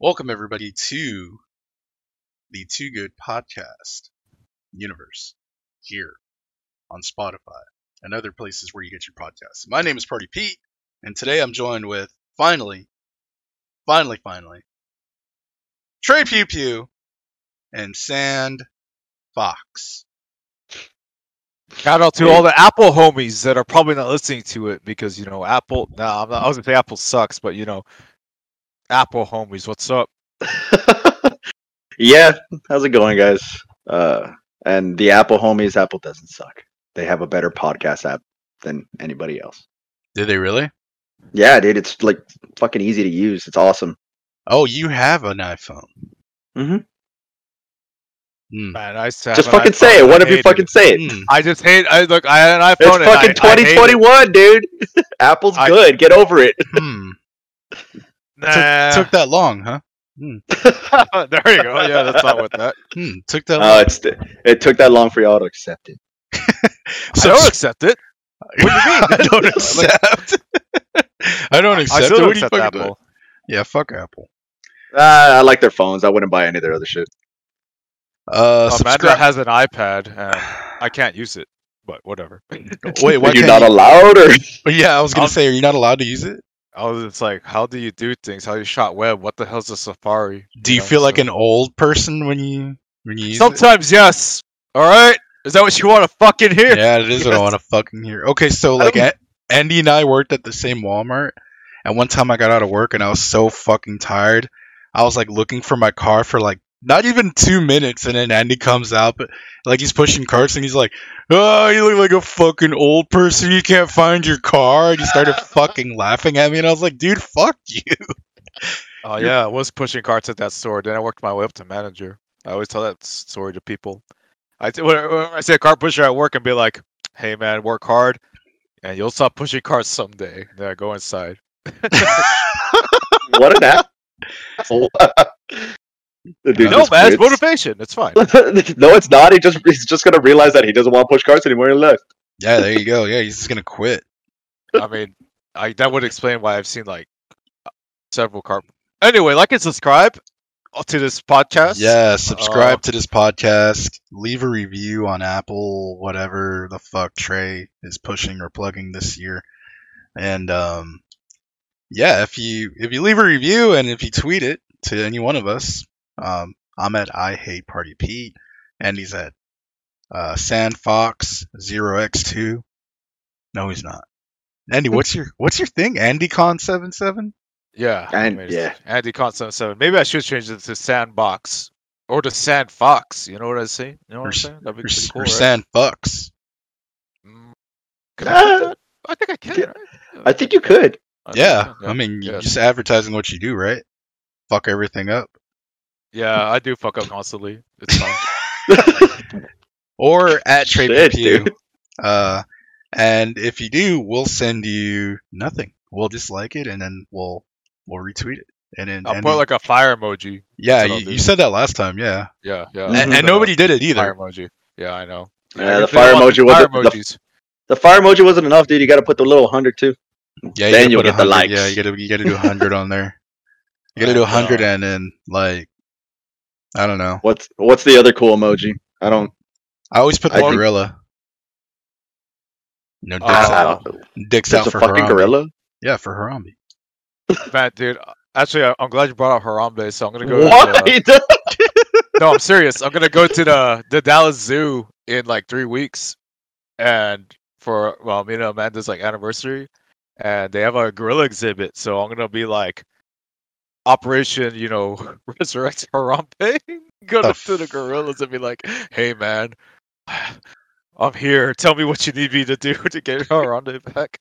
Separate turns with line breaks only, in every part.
Welcome, everybody, to the Too Good Podcast universe here on Spotify and other places where you get your podcasts. My name is Party Pete, and today I'm joined with finally, finally, finally, Trey Pew Pew and Sand Fox.
Shout out to all the Apple homies that are probably not listening to it because you know Apple. No, I'm not, I was gonna say Apple sucks, but you know, Apple homies, what's up?
yeah, how's it going, guys? Uh, and the Apple homies, Apple doesn't suck. They have a better podcast app than anybody else.
Did they really?
Yeah, dude, it's like fucking easy to use. It's awesome.
Oh, you have an iPhone.
Mhm.
Hmm.
Man, I used to have
just
an
fucking
iPhone.
say it.
I
What if you
hated
fucking
it.
say it?
Hmm.
I just hate. I look. I had an
It's
iPhone. and I-
fucking
I hated it.
2021, dude. Apple's
I-
good. Get over it.
Hmm.
Nah.
Took that long, huh?
there you go. Yeah, that's not what that.
Hmm. Took that long.
Oh, it's it took that long for y'all to accept it.
I don't accept it.
I don't accept. I don't
I
accept.
still
it. What
don't
do you
accept
fucking
Apple.
do? Yeah, fuck Apple.
Ah, I like their phones. I wouldn't buy any of their other shit.
Uh,
Uh, Amanda
subscribe-
has an iPad. And I can't use it, but whatever.
Wait, why
Are you
can't
not
you-
allowed? Or
Yeah, I was gonna
I'll-
say, are you not allowed to use it?
I was just like, how do you do things? How you shot web? What the hell's a Safari?
Do you
know,
feel like
so-
an old person when you when you use
Sometimes yes. All right. Is that what you want to fucking
it?
hear?
Yeah, it is what I
Yes.
want to fucking hear. Okay, so like
don't-
A- Andy and I worked at the same Walmart, and one time I got out of work and I was so fucking tired. I was like looking for my car for like not even two minutes, and then Andy comes out, but like he's pushing carts and he's like, "Oh, you look like a fucking old person. You can't find your car." And he started fucking laughing at me, and I was like, "Dude, fuck you."
Oh yeah, I was pushing carts at that store. Then I worked my way up to manager. I always tell that s- story to people. I t- whenever whenever I say a car pusher at work and be like, "Hey man, work hard, and you'll stop pushing carts someday." Then I go inside.
what an app? The dude
no
just
man, it's
quits.
motivation. It's fine.
no, it's not. He just he's just gonna realize that he doesn't want to push carts anymore and left.
Yeah, there you go. Yeah, he's just gonna quit.
I mean, I that would explain why I've seen like several car. Anyway, like and subscribe uh, to this podcast.
Yeah, subscribe
Uh,
to this podcast. Leave a review on Apple, whatever the fuck Trey is pushing or plugging this year. And um, yeah, if you if you leave a review and if you tweet it to any one of us, um, I'm at I hate Party Pete, and he's at uh, Sandfox 0x2. No, he's not. Andy, what's your what's your thing? AndyCon77.
Yeah. I
And-
mean,
yeah.
Andy Con seven seven. Maybe I should change it to Sandbox or to Sand Fox. You know what I say? You know what
Or
I'm
s-
saying? That'd be
Or,
pretty
s-
cool.
or
right?
Sandfox.
Mm. Can I, put
Ah,
that? I think I can.
yeah.
right?
I think you could.
I think
Yeah,
can,
I mean, you're
yeah.
just advertising what you do, right? Fuck everything up.
yeah, I do fuck up constantly. It's fine.
Or at
Shit,
Trade Review.
dude.
Uh, and if you do, we'll send you nothing. We'll just like it, and then we'll we'll retweet it. And then
I'll
and-
put like a fire emoji.
yeah,
that's what I'll
you,
do.
you said that last time, yeah.
Yeah, yeah.
Mhm.
I'll
And,
put
and
a
nobody did it
fire
either.
emoji. Yeah, I know.
Yeah, the
If they
fire
want
emoji
fire
wasn't the,
emojis.
the fire emoji wasn't enough, dude. You got to put the little hundred too.
Yeah, you
Then
gotta
you'll
put a
get the
hundred-
likes.
Yeah, you gotta you gotta do hundred on there. You gotta do
Oh,
hundred,
God.
and then like I don't know.
What's what's the other cool emoji? I don't.
I always put the
I think-
gorilla. No dicks
Oh,
I
out.
don't
Dicks
there's
out
uh, a
for
fucking
Harambe.
gorilla.
Yeah, for Harambe.
Man, dude. Actually, I- I'm glad you brought up Harambe, so I'm gonna go. with, uh,
Why? dude?
no, I'm serious. I'm gonna go to the the Dallas Zoo in like three weeks, and for well, me and Amanda's like anniversary, and they have a gorilla exhibit. So I'm gonna be like Operation, you know, Resurrect Harambe. go
The
up to the gorillas and be like, "Hey, man, I'm here. Tell me what you need me to do to get Harambe back."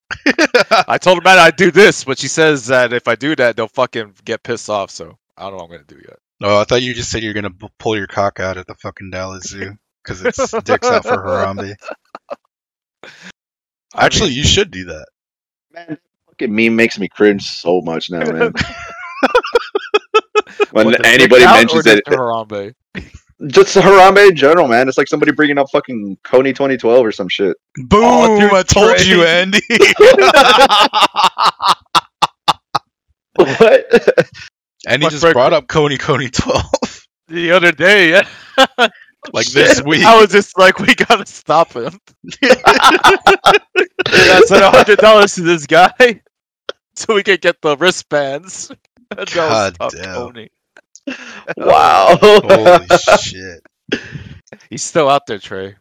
I told her, man, I'd do this, but she says that if I do that, they'll fucking get pissed off. So I don't know what I'm gonna do yet.
Oh, I thought you just said you're gonna b- pull your cock out at the fucking Dallas Zoo because it's dicks out for Harambe.
I mean-
Actually, you should do that.
Man, that fucking meme makes me cringe so much now, man. when
What, the
anybody
Dick out
mentions
or
it,
just the Harambe.
just Harambe in general, man. It's like somebody bringing up fucking Coney 2012 or some shit.
Boom!
Oh, dude,
I told
Trey.
you, Andy.
what?
And he
Fuck
just
Berkeley.
brought up Coney Coney 12
The other day, yeah.
like this week.
I was just like, we gotta stop him. And I sent hundred dollars to this guy so we could get the wristbands. That was
God
tough,
damn.
Tony.
Wow.
Oh,
Holy shit.
He's still out there, Trey.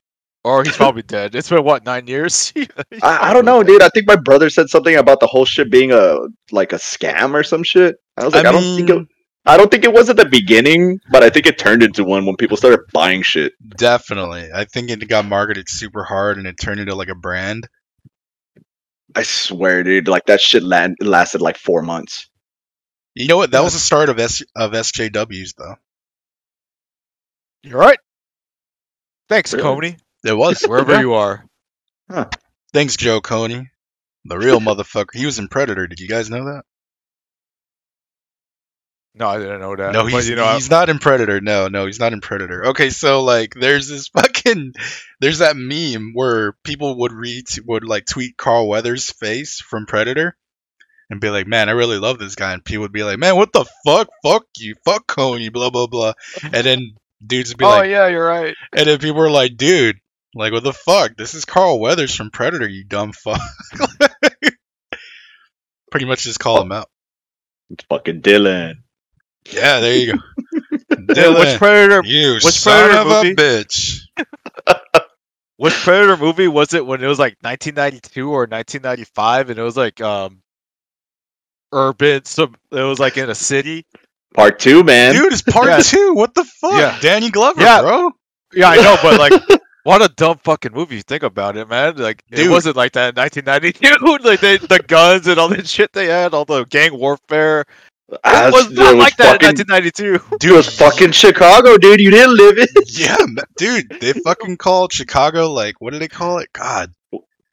Or he's probably dead. It's been what nine years.
I, I don't know, dude. I think my brother said something about the whole shit being a like a scam or some shit. I was like, I, don't think it, I don't think it was at the beginning, but I think it turned into one when people started buying shit.
Definitely. I think it got marketed super hard and it turned into like a brand.
I swear, dude. Like that shit land, lasted like four months.
You know what? That was the start of S- of SJWs though.
You're right. Thanks,
Really?
Coney.
It was.
Wherever you are.
Thanks, Joe Coney. The real motherfucker. He was in Predator. Did you guys know that?
No, I didn't know that.
no,
Uh, But,
he's
you know, I-
he's not in Predator. No, no, he's not in Predator. Okay, so like, there's this fucking, there's that meme where people would read would like tweet Carl Weathers' face from Predator, and be like, "Man, I really love this guy," and people would be like, "Man, what the fuck? Fuck you, fuck Coney, blah blah blah," and then dudes would be
oh
like,
yeah, you're right.
and then people were like, "Dude." Like what the fuck? This is Carl Weathers from Predator, you dumb fuck. Pretty much just
Oh.
call him out.
It's fucking Dylan.
Yeah, there you go.
Dude, which
Dylan.
predator?
You
Which
son
Predator
of
movie?
a bitch.
Which predator movie was it when it was like 1992 or 1995? And it was like um, urban. So it was like in a city.
Part two, man.
Dude, it's part
Yeah.
two. What the fuck?
Yeah.
Danny Glover,
Yeah.
bro.
Yeah, I know, but like, what a dumb fucking movie. You think about it, man. Like, it
Dude.
wasn't like that in 1992. Like, they, the guns and all that shit they had, all the gang warfare.
Ah,
It was
it
not
was
like that in
fucking-
1992.
Dude, it was fucking Chicago, dude. You didn't live it.
Yeah, ma- dude, they fucking called Chicago like what do they call it? God,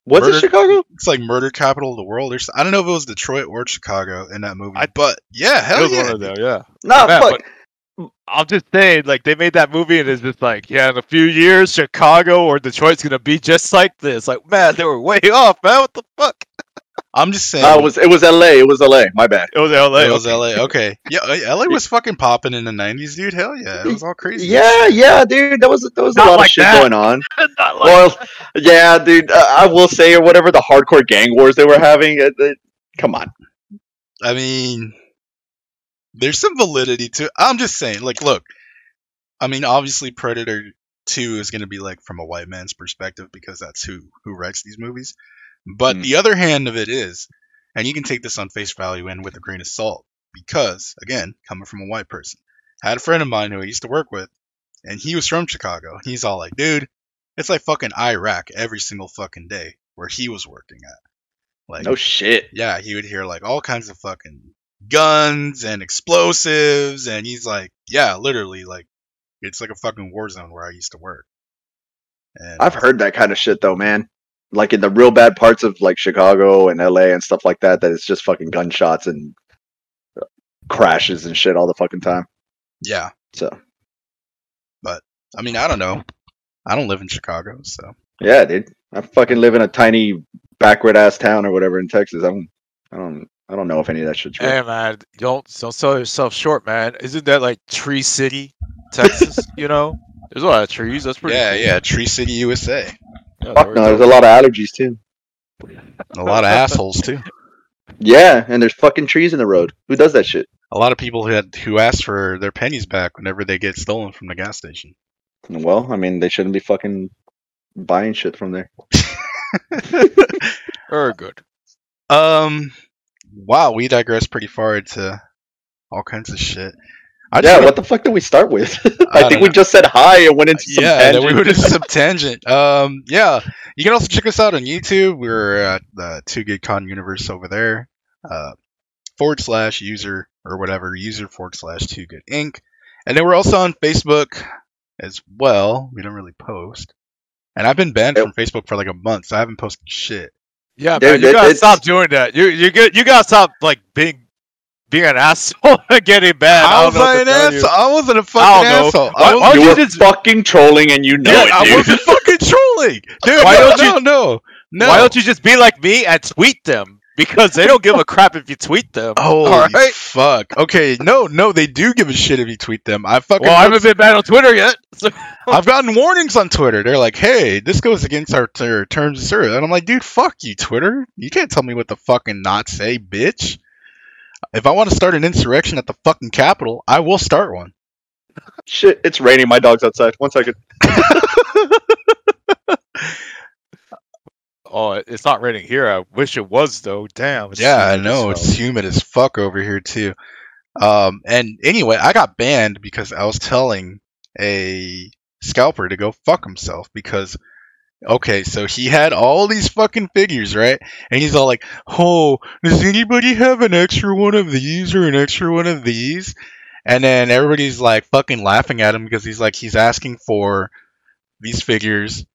Was
Murder-
it Chicago?
it's like murder capital of the world. Or s- I don't know if it was Detroit or Chicago in that movie,
I-
but yeah,
It
hell
was one
yeah.
of them, yeah.
Nah,
Yeah,
fuck.
I'm just saying, like they made that movie, and it's just like, yeah, in a few years, Chicago or Detroit's gonna be just like this. Like, man, they were way off, man. What the fuck?
I'm just saying.
um,
Ah, it was it was L.A. It was L.A. My bad.
It was L.A.
it was LA. Okay. Yeah, uh, LA was fucking popping in the 90s, dude. Hell yeah. It was all crazy.
Yeah, yeah, dude. That was that was
Not
a lot
like
of shit
that.
going on.
Not like-
Well, yeah, dude. Uh, I will say or whatever the hardcore gang wars they were having. It, it, come on.
I mean, there's some validity to. I'm just saying, like, look, I mean, obviously, Predator Two is going to be like from a white man's perspective because that's who who writes these movies. But
Mm.
the other hand of it is, and you can take this on face value and with a grain of salt because, again, coming from a white person, I had a friend of mine who I used to work with, and he was from Chicago. He's all like, dude, it's like fucking Iraq every single fucking day where he was working at. Like,
No shit.
yeah, he would hear like all kinds of fucking guns and explosives, and he's like, yeah, literally, like it's like a fucking war zone where I used to work. And
I've heard that kind of shit though, man. Like in the real bad parts of like Chicago and L.A. and stuff like that. That it's just fucking gunshots and uh, crashes and shit all the fucking time.
yeah,
So
I mean, I don't know, I don't live in Chicago, so
yeah, dude. I fucking live in a tiny backward ass town or whatever in Texas. I don't. I don't. I don't know if any of that shit's real.
Hey man, don't don't sell yourself short, man. Isn't that like Tree City, Texas? you know, there's a lot of trees. That's pretty.
yeah,
cool.
yeah, Tree City, USA,
Yeah,
Fuck
there
no,
we
there's
go.
a lot of allergies too.
a lot of assholes too,
Yeah, and there's fucking trees in the road. Who does that shit?
a lot of people who had, who ask for their pennies back whenever they get stolen from the gas station.
Well, I mean, they shouldn't be fucking buying shit from there.
Very good.
Um, wow, we digress pretty far into all kinds of shit. I just
yeah,
wanna-
what the fuck did we start with?
I
I,
don't
think we
know.
just said hi and went into some
yeah,
tangent.
then we went into some tangent. Um, yeah, you can also check us out on YouTube. We're at the Two Good Con Universe over there. Uh, forward slash user or whatever user forward slash Two Good Inc. And then we're also on Facebook as well. We don't really post. And I've been banned from Facebook for like a month, so I haven't posted shit.
Yeah,
Dude,
man, you
it-
gotta
it's-
stop doing that. You you get you gotta stop like being being an asshole and getting bad. I
I
don't
was
know
not
what to
an
tell you.
asshole. I wasn't a
I
fucking
don't know.
asshole.
Why-
I
why
was,
would
you
you
were
just-
fucking trolling and you know
yeah,
it,
I
dude.
wasn't fucking trolling, dude.
Why
no,
don't
no,
you-
no, no.
Why don't you just be like me and tweet them? because they don't give a crap if you tweet them.
Holy
all right?
fuck. Okay, no, no, they do give a shit if you tweet them. I fucking
Well, I haven't been banned on Twitter yet. So
I've gotten warnings on Twitter. They're like, "Hey, this goes against our, our terms of service," and I'm like, "Dude, fuck you, Twitter. You can't tell me what to fucking not say, bitch. If I want to start an insurrection at the fucking Capitol, I will start one."
Shit, it's raining. My dog's outside. One second.
Oh, it- it's not raining here. I wish it was though. Damn. it's
yeah, I
humid as
know
hell.
it's humid as fuck over here too. Um, and anyway, I got banned because I was telling a scalper to go fuck himself because okay, so he had all these fucking figures, right? And he's all like, "Oh, does anybody have an extra one of these or an extra one of these?" And then everybody's like fucking laughing at him because he's like he's asking for these figures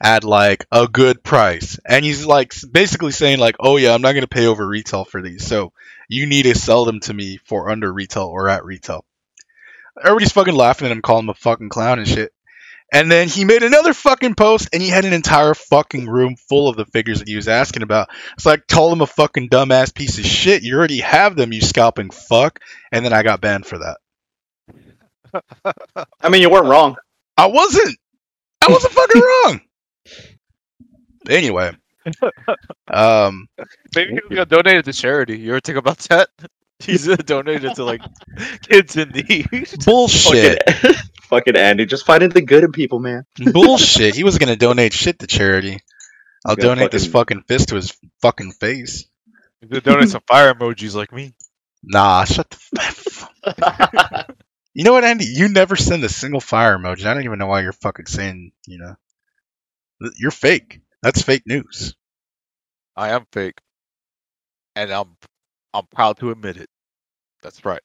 at like a good price. And he's like s- basically saying like, "Oh yeah, I'm not going to pay over retail for these. So you need to sell them to me for under retail or at retail." Everybody's fucking laughing at him, calling him a fucking clown and shit. And then he made another fucking post and he had an entire fucking room full of the figures that he was asking about. It's like, call him a fucking dumbass piece of shit. You already have them, you scalping fuck. And then I got banned for that.
I mean, you weren't wrong.
I wasn't. I wasn't fucking wrong. Anyway, um,
Maybe he was gonna donate it to charity. You ever think about that? He's gonna donate it to like kids in need.
bullshit,
Fucking, fucking Andy, just finding the good in people, man.
bullshit. He was gonna donate shit to charity. I'll
Gonna
donate this
fucking-
fucking fist to his fucking face.
He's gonna donate some fire emojis like me.
Nah, shut the. F- you know what, Andy? You never send a single fire emoji. I don't even know why you're fucking saying. You know, Th- you're fake. That's fake news.
I am fake, and I'm I'm proud to admit it. That's right.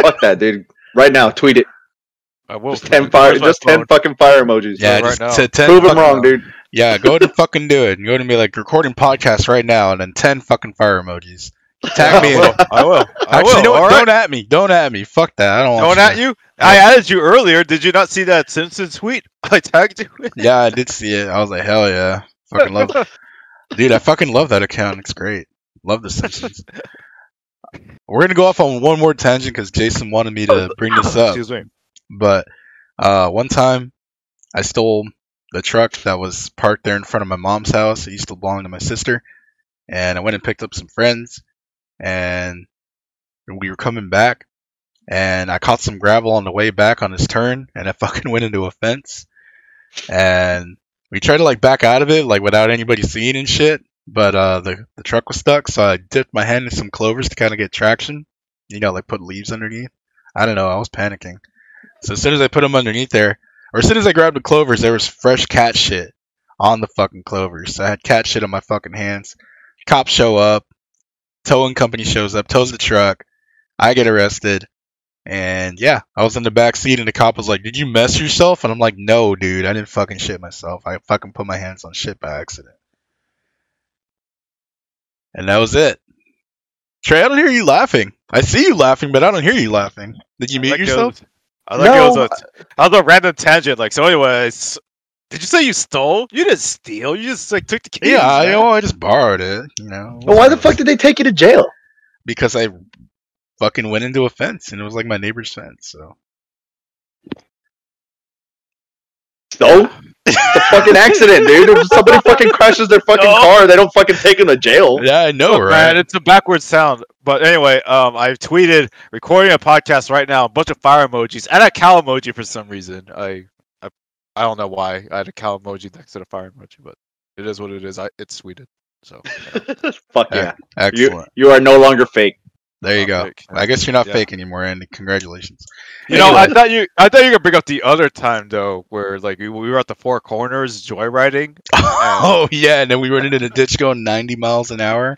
Fuck that, dude. Right now, tweet it.
I will.
Just
Oh,
ten
Where's
fire.
my
Just ten
phone?
fucking fire emojis.
Yeah,
right
just
now.
to ten
prove them
fucking-
wrong, dude.
Yeah, go to fucking do it. And go to be like recording podcast right now, and then ten fucking fire emojis. Tag me. in it.
I will. I will. I
Actually,
will.
you know what?
all right.
Don't at me. Don't at me. Fuck that. I don't. want
Don't at you. I added you earlier. Did you not see that Simpson tweet? I tagged you.
Yeah, I did see it. I was like, hell yeah, fucking love, dude. I fucking love that account. It's great. Love the Simpsons. We're gonna go off on one more tangent because Jason wanted me to bring this up.
Excuse me.
But uh, one time, I stole the truck that was parked there in front of my mom's house. It used to belong to my sister, and I went and picked up some friends, and we were coming back, and I caught some gravel on the way back on his turn, and I fucking went into a fence, and we tried to like back out of it like without anybody seeing and shit, but uh, the the truck was stuck, so I dipped my hand in some clovers to kind of get traction, you know, like put leaves underneath. I don't know, I was panicking. So as soon as I put them underneath there, or as soon as I grabbed the clovers, there was fresh cat shit on the fucking clovers. So I had cat shit on my fucking hands. Cops show up. Towing company shows up, tows the truck. I get arrested. And yeah, I was in the back seat and the cop was like, Did you mess yourself? And I'm like, No, dude, I didn't fucking shit myself. I fucking put my hands on shit by accident. And that was it. Trey, I don't hear you laughing. I see you laughing, but I don't hear you laughing. Did you mute
like it
yourself?
was- I like it was
No,
a, I was a random tangent. Like, so, anyways, did you say you stole? You didn't steal. You just like took the keys.
Yeah, I,
man.
oh, I just borrowed it, you know.
Well, why the fuck did they take you to jail?
Because I fucking went into a fence, and it was like my neighbor's fence. So
No, it's a fucking accident, dude. If somebody fucking crashes their fucking
No.
car, they don't fucking take them to jail.
yeah, I know,
Look,
right?
man, it's a backward sound. But anyway, um, I've tweeted recording a podcast right now, a bunch of fire emojis and a cow emoji for some reason. I, I, I don't know why I had a cow emoji next to the fire emoji, but it is what it is. I, it's tweeted. So
Fuck
Yeah,
yeah. You,
Excellent.
you are no longer fake.
there you
I'm
go.
like,
I guess you're not
Yeah.
fake anymore, Andy. Congratulations.
You know, I
Anyway.
thought you, I thought you were gonna bring up the other time though, where like we, we were at the Four Corners joyriding.
oh yeah, and then we went into the ditch going 90 miles an hour.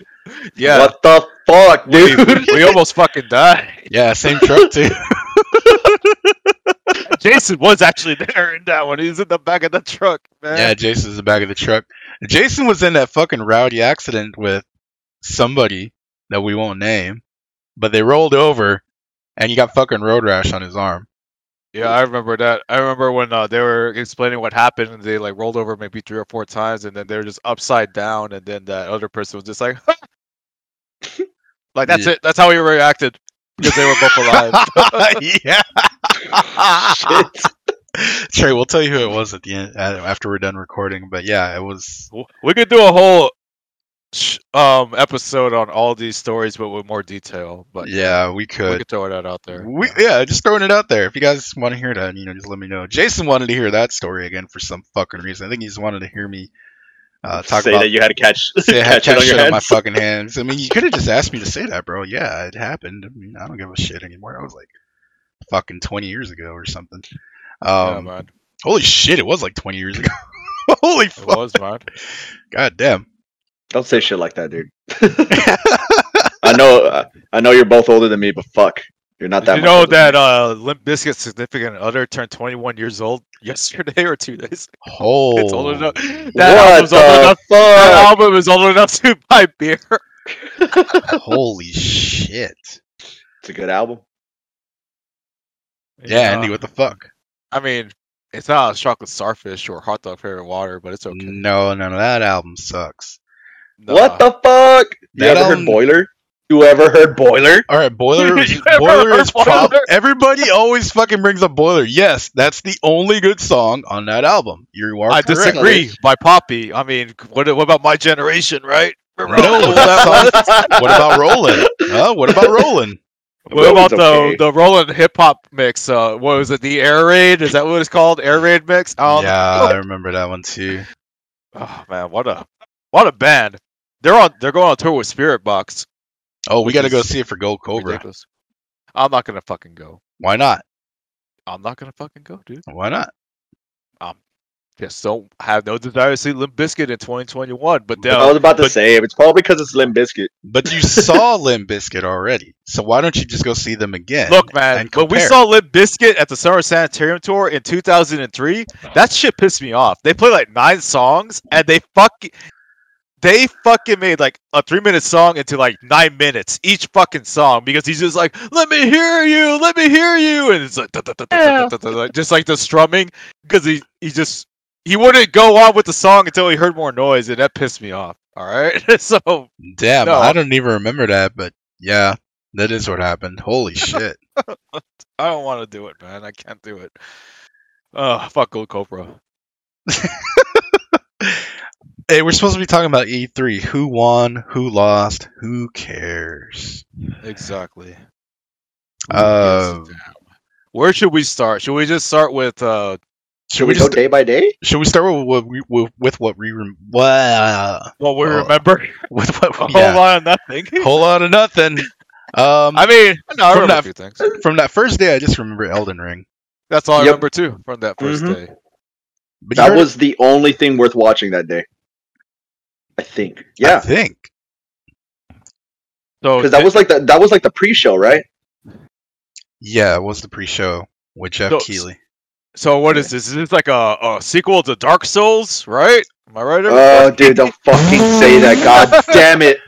Yeah,
What the fuck,
we,
dude?
we almost fucking died.
Yeah, same truck too.
Jason was actually there in that one. He's in the back of the truck, man.
yeah, Jason's in the back of the truck. Jason was in that fucking rowdy accident with somebody that we won't name, but they rolled over, and he got fucking road rash on his arm.
Yeah, I remember that. I remember when uh, they were explaining what happened, and they like rolled over maybe three or four times, and then they were just upside down, and then that other person was just like, Like that's
Yeah.
it. That's how we reacted because they were both alive.
yeah.
Shit.
Trey, we'll tell you who it was at the end uh, after we're done recording. But yeah, it was.
W- we could do a whole sh- um episode on all these stories, but with more detail. But
Yeah, we
we
could.
could throw that out there.
We, yeah, just throwing it out there. If you guys want to hear that, you know, just let me know. Jason wanted to hear that story again for some fucking reason. I think he just wanted to hear me uh, talk
Say
about
that you had to catch,
say I had
catch it
cat
on your
shit on my
hands.
fucking hands. I mean, you could have just asked me to say that, bro. Yeah, it happened. I mean, I don't give a shit anymore. I was like fucking 20 years ago or something.
Yeah,
Um,
man.
holy shit, it was like 20 years ago. holy
It
fuck.
was, man.
God damn.
Don't say shit like that, dude. I know, uh, I know you're both older than me, but fuck, you're not
Did
that.
you
much
know
older than
that uh, Limp Bizkit's significant other turned 21 years old yesterday or two days?
Holy.
It's old enough. That
me. Oh, what
album's old
the
enough. That
fuck?
album is old enough to buy beer.
holy shit.
It's a good album.
Yeah,
Uh,
Andy, what the fuck?
I mean, it's not a chocolate starfish or hot dog flavored water, but it's okay.
No, no, no. That album sucks.
Nah.
What the fuck? You
That
ever
album-
heard Boiler? You ever heard Boiler?
All right, boiler.
You
is-
ever
boiler
heard
is prob-
Boiler?
Everybody always fucking brings up boiler. Yes, that's the only good song on that album. You are
I
correct.
disagree. By Poppy, I mean, what, what about my generation, right? Remember how
No,
cool
that
that was?
What about Roland? Huh? What about Roland?
What about
Roland's
the
okay.
the Roland hip hop mix? Uh, what was it? The air raid? Is that what it's called? Air raid mix? Oh,
yeah, I remember that one too.
oh man, what a what a band! They're on. They're going on tour with Spirit Box.
Oh, we
Which
got to
is
go see it for Gold Cobra.
Ridiculous. I'm not gonna fucking go.
Why not?
I'm not gonna fucking go, dude.
Why not?
Just don't have no desire to see Limp Bizkit in 2021. But
I was
then,
about to
but-
say it's probably because it's Limb Biscuit.
But you saw Limp Biscuit already, so why don't you just go see them again?
look, man,
and
when we
compare.
saw Limp Bizkit at the Summer Sanitarium tour in 2003, that shit pissed me off. They played like nine songs, and they fucking. They fucking made like a three minute song into like nine minutes each fucking song because he's just like, let me hear you, let me hear you. And it's like, "Da, da, da, da, da, da, da, da," just like the strumming because he, he just, he wouldn't go on with the song until he heard more noise. And that pissed me off. All right. so
Damn,
No.
I don't even remember that, but yeah, that is what happened. Holy shit.
I don't want to do it, man. I can't do it. Oh, fuck Gold Cobra.
hey, we're supposed to be talking about E3. Who won? Who lost? Who cares?
Exactly.
Uh,
Where should we start? Should we just start with uh
should we just
go day by day?
should we start with what we with, with what we rem- wha-
what we
Oh,
remember?
with what
A
we
whole
yeah.
lot of nothing.
whole lot of nothing. Um,
I mean, no, I
From
remember
that-
a few things.
from that first day, I just remember Elden Ring.
That's all I
Yep.
remember too from that 1st
Mhm.
day.
But you
That
heard-
was the only thing worth watching that day. I think.
I
Yeah,
think.
So eh,
because that was like the that was like the pre-show, right?
Yeah, it was the pre-show with Jeff
So-
Keeley.
so what is this? Is this like a, a sequel to Dark Souls, right? Am I right?
Oh,
everyone?
dude, don't fucking say that. God damn it!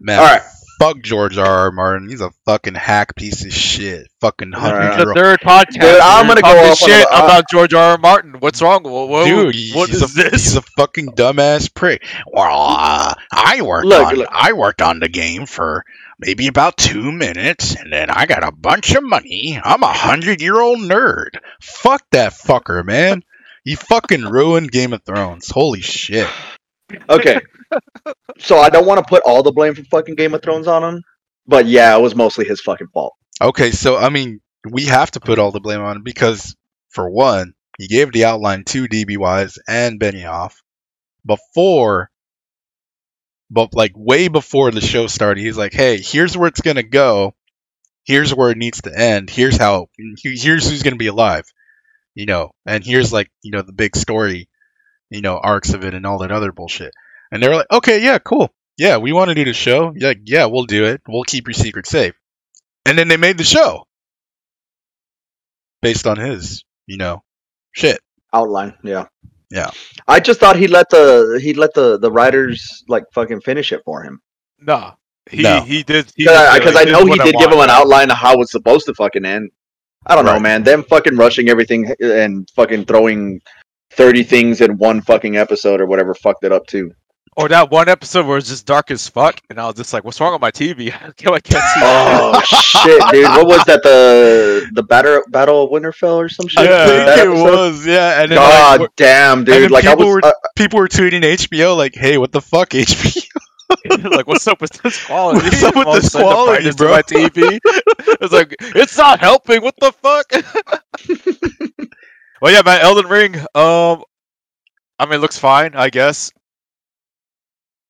Man,
All right,
fuck George R. R. Martin. He's a fucking hack piece of shit. Fucking
All
hundred
right.
It's
year
the
old.
third podcast.
Dude, I'm
where
gonna
you're
go
talking
off on a- uh,
shit
I-
about George R. R. Martin. What's wrong? What, what,
Dude, he-
what
he's
is
a,
this?
he's a fucking dumbass prick. Well, uh, I worked
Look,
on
look.
I worked on the game for maybe about two minutes, and then I got a bunch of money. I'm a hundred year old nerd. Fuck that fucker, man. He fucking ruined Game of Thrones. Holy shit.
okay. So I don't want to put all the blame for fucking Game of Thrones on him, but yeah, it was mostly his fucking fault.
Okay, so I mean, we have to put all the blame on him because, for one, he gave the outline to DB Wise and Benioff before, but like way before the show started. He's like, "Hey, here's where it's gonna go. Here's where it needs to end. Here's how. Here's who's gonna be alive. You know, and here's like you know the big story, you know, arcs of it and all that other bullshit." And they're like, "Okay, yeah, cool. Yeah, we want to do the show. Yeah, yeah, we'll do it. We'll keep your secret safe." and then they made the show based on his, you know, shit.
Outline, yeah,
Yeah.
I just thought he let the he let the the writers like fucking finish it for him.
Nah. He,
No.
he did he did-
because I know he
what
did give
want.
him an outline of how it's supposed to fucking end. I don't know,
Right.
man. Them fucking rushing everything and fucking throwing thirty things in one fucking episode or whatever fucked it up too.
Or that one episode where it's just dark as fuck, and I was just like, "What's wrong with my TV? I can't, I can't see."
Oh shit, dude! What was that? The the battle battle of Winterfell or some shit?
Yeah.
I think
Uh, That
it
episode?
was, yeah. And then, like,
God
w-
damn,
and then
dude! Like I
people
was,
were
uh,
people were tweeting HBO like, "Hey, what the fuck, HBO?"
like, what's up with this quality?
What's up with
All of a
this
sudden, the
quality,
brightness of
bro?
My TV. It's like it's not helping. What the fuck? well, yeah, man. Elden Ring. Um, I mean, it looks fine, I guess.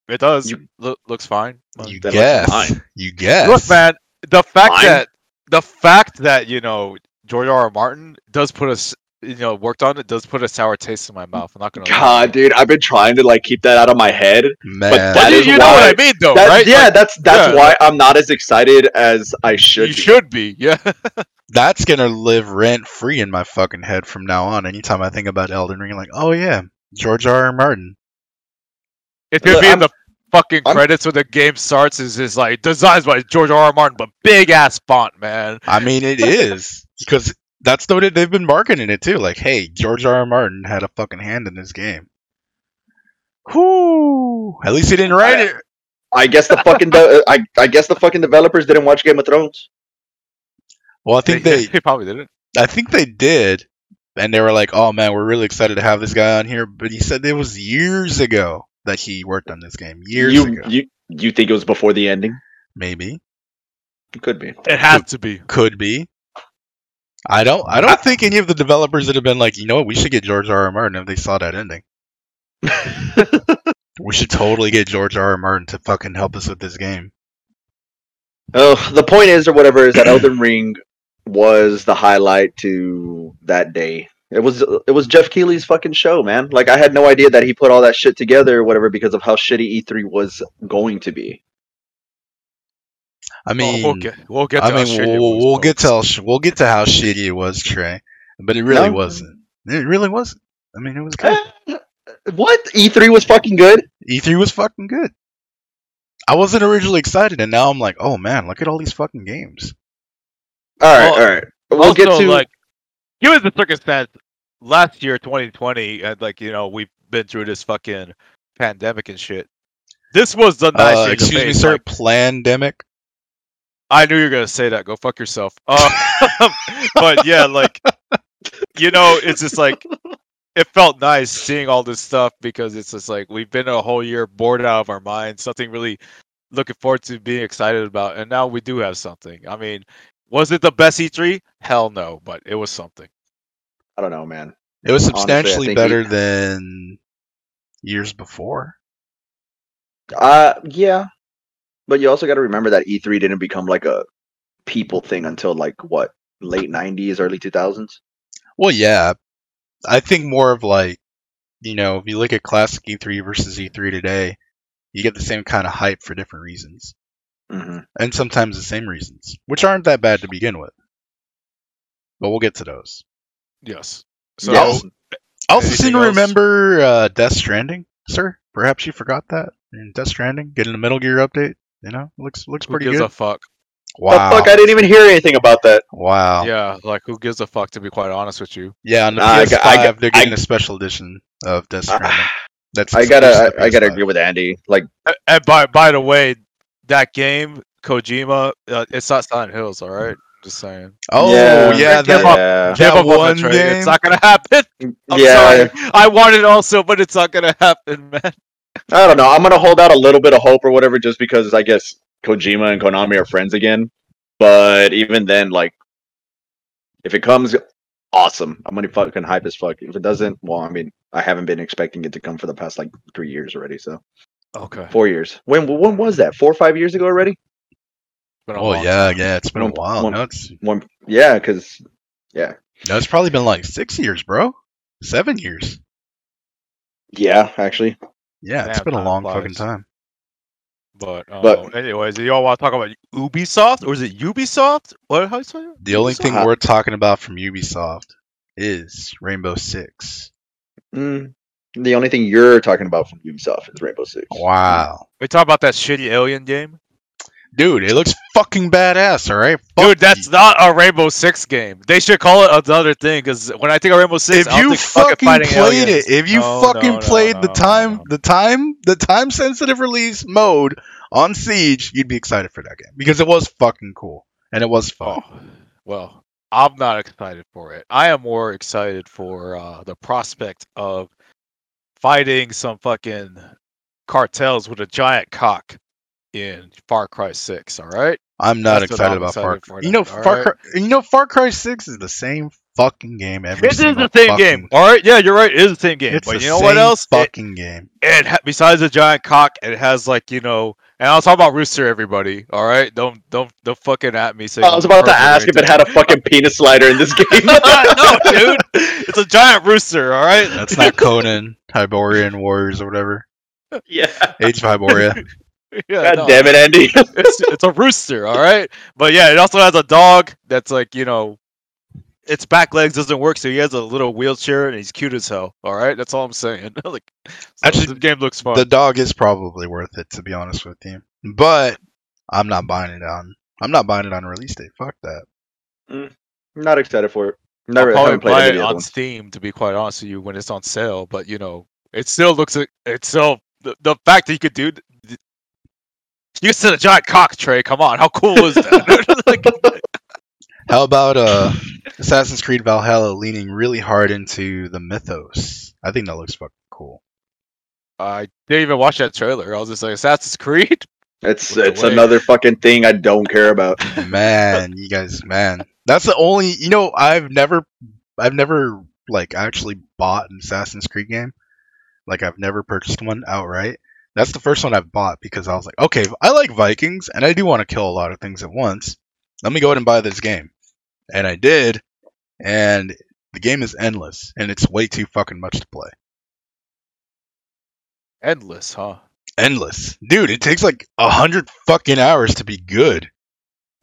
It does.
You-
Lo- looks fine.
You
that looks
guess.
fine.
You guess.
Look, man. The fact
Fine.
that the fact that you know George R. R. Martin does put us, you know, worked on it does put a sour taste in my mouth. I'm not gonna. lie.
God, dude! I've been trying to like keep that out of my head.
Man.
But
But
that
you,
is
you know what I
why-
mean,
Oh,
though,
That-
right?
Yeah,
Like,
that's that's
yeah.
why I'm not as excited as I should.
you
be.
should be. Yeah.
that's gonna live rent free in my fucking head from now on. Anytime I think about Elden Ring, like, oh yeah, George R. R. Martin.
It's gonna
Look,
be in
I'm-
the fucking
I'm-
credits when the game starts. Is is like designs by George R. R. Martin, but big ass font, man.
I mean, it is because that's the way that they've been marketing it too. Like, hey, George R. R. Martin had a fucking hand in this game. Whoo! At least he didn't write it.
I guess the fucking de- uh, I I guess the fucking developers didn't watch Game of Thrones.
Well, I think they,
he probably didn't.
I think they did, and they were like, oh man, we're really excited to have this guy on here. But he said it was years ago that he worked on this game. Years
you
ago,
you you think it was before the ending?
maybe.
It could be.
It has to be.
could be. I don't. I don't think any of the developers would have been like, you know what, we should get George R. R. Martin if they saw that ending. We should totally get George R. R. Martin to fucking help us with this game.
Oh, the point is, or whatever, is that Elden Ring was the highlight to that day. It was it was Jeff Keighley's fucking show, man. Like I had no idea that he put all that shit together, or whatever, because of how shitty E3 was going to be.
I mean,
Oh, we'll get we'll get. To
I mean,
Australia
we'll,
once,
we'll, we'll get
folks.
to how sh- we'll get to how shitty it was, Trey. But it really
No.
wasn't. It really wasn't. I mean, it was good.
Eh, what E3 E was fucking good?
E3 E was fucking good. I wasn't originally excited, and now I'm like, oh man, look at all these fucking games.
All right,
Well,
all right. We'll
also,
get to
like, given the circumstance, last year, 2020, and like you know, we've been through this fucking pandemic and shit. This was the nice
Uh,
year to
excuse me,
face,
sir.
like,
Plandemic.
I knew you were gonna say that. Go fuck yourself. Uh, but yeah, like you know, it's just like it felt nice seeing all this stuff because it's just like we've been a whole year bored out of our minds. Something really looking forward to being excited about, and now we do have something. I mean, was it the best E3? Hell no, but it was something.
I don't know, man.
It was
Honestly, I
substantially
think
better
he-
than years before.
Uh, yeah, but you also got to remember that E3 didn't become like a people thing until like what late '90s, early 2000s.
Well, yeah, I think more of like, you know, if you look at classic E3 versus E3 today, you get the same kind of hype for different reasons,
Mm-hmm.
and sometimes the same reasons, which aren't that bad to begin with. But we'll get to those.
Yes. So
Yes.
I also
Anything
seem to
else?
remember uh, Death Stranding, sir. Perhaps you forgot that. And Death Stranding, getting a Metal Gear update. You know, looks looks
who
pretty
gives
good.
a fuck?
Oh, wow!
The fuck! I didn't even hear anything about that.
Wow! Yeah,
Yeah, like who gives a fuck? To be quite honest with you,
on the
Nah, I
PS5,
got- I got-
they're
I- Ah,
getting a special edition of Death Stranding. That's
I gotta,
exclusive to
I, I gotta
PS5.
agree with Andy. Like,
A- and by by the way, that game Kojima, uh, it's not Silent Hills, all right. Just saying.
Oh
Yeah.
yeah,
Yeah,
that,
yeah,
That
Give up on the
one
trade.
game?
It's not gonna happen. I'm
yeah.
sorry. I want it also, but it's not gonna happen, man.
I don't know. I'm gonna hold out a little bit of hope or whatever, just because I guess Kojima and Konami are friends again. But even then, like, if it comes, awesome. I'm gonna fucking hype as fuck. If it doesn't, well, I mean, I haven't been expecting it to come for the past like three years already. So
Okay.
four years. When when was that? Four or five years ago already?
Oh yeah, yeah. It's been a
One-
while.
one-
No, it's
One. Yeah, because
no, it's probably been like six years, bro. Seven years.
yeah, actually,
Yeah, it's
Damn,
been a
time
long
flies.
fucking time.
But, uh,
But-
anyways, do y'all want to talk about Ubisoft or is it Ubisoft? What how you say it?
The only thing
Ubisoft.
we're talking about from Ubisoft is Rainbow Six.
mm, the only thing you're talking about from Ubisoft is Rainbow Six.
Wow.
We talk about that shitty alien game.
Dude, it looks fucking badass. All right, Fuck
Dude, that's
you.
not a Rainbow Six game. They should call it another thing. Because when I think of Rainbow Six,
if
I'll
you
think fucking
fucking
fighting
played
aliens.
it, if you
No,
fucking
no, no,
played
no,
the time,
no.
the time, the time sensitive release mode on Siege, you'd be excited for that game because it was fucking cool and it was fun.
Oh, well, I'm not excited for it. I am more excited for uh, the prospect of fighting some fucking cartels with a giant cock in Far Cry 6. All right.
I'm not
That's what
excited
I'm
about
excited
Far
for
Cry. You
then,
know,
all
Far
right?
Cry, you know, Far Cry Six is the same fucking game every.
This is
single
the same
fucking-
game. All right. Yeah, you're right. It is the same game.
It's
but
the
you know what
same
else? It-
Fucking game.
it ha- besides the giant cock, it has like you know. And I was talking about rooster, everybody. All right, don't don't don't fucking at me. saying
I was
I'm
about to
pervert or
ask if it
anything.
had a fucking penis slider in this game.
no, dude, it's a giant rooster. All right,
That's not Conan, Hyborian Warriors, or whatever.
Yeah.
Age of Hyboria.
yeah,
God
no,
damn it, Andy.
It's, it's a rooster. All right, but yeah, it also has a dog that's like you know, its back legs doesn't work, so he has a little wheelchair and he's cute as hell. All right, that's all I'm saying. like, so
Actually,
the game looks fun.
the dog is probably worth it, to be honest with you. But I'm not buying it on. I'm not buying it on release date. Fuck that.
Not excited for it.
I'll
Never
probably
haven't played
buy
any
it
of the
on
other ones.
Steam, to be quite honest with you, when it's on sale. But you know, it still looks. like- It's still the, the fact that you could do. th- th- You said a giant cock tray. Come on, how cool is that? Like,
How about uh, Assassin's Creed Valhalla leaning really hard into the mythos? I think that looks fucking cool.
I didn't even watch that trailer. I was just like, Assassin's Creed.
It's
Look
it's
away.
another fucking thing I don't care about.
Man, you guys, man, that's the only. You know, I've never, I've never like actually bought an Assassin's Creed game. Like I've never purchased one outright. That's the first one I've bought because I was like, okay, I like Vikings and I do want to kill a lot of things at once. Let me go ahead and buy this game. And I did, and the game is endless and it's way too fucking much to play.
Endless, huh?
endless. Dude, it takes like a hundred fucking hours to be good.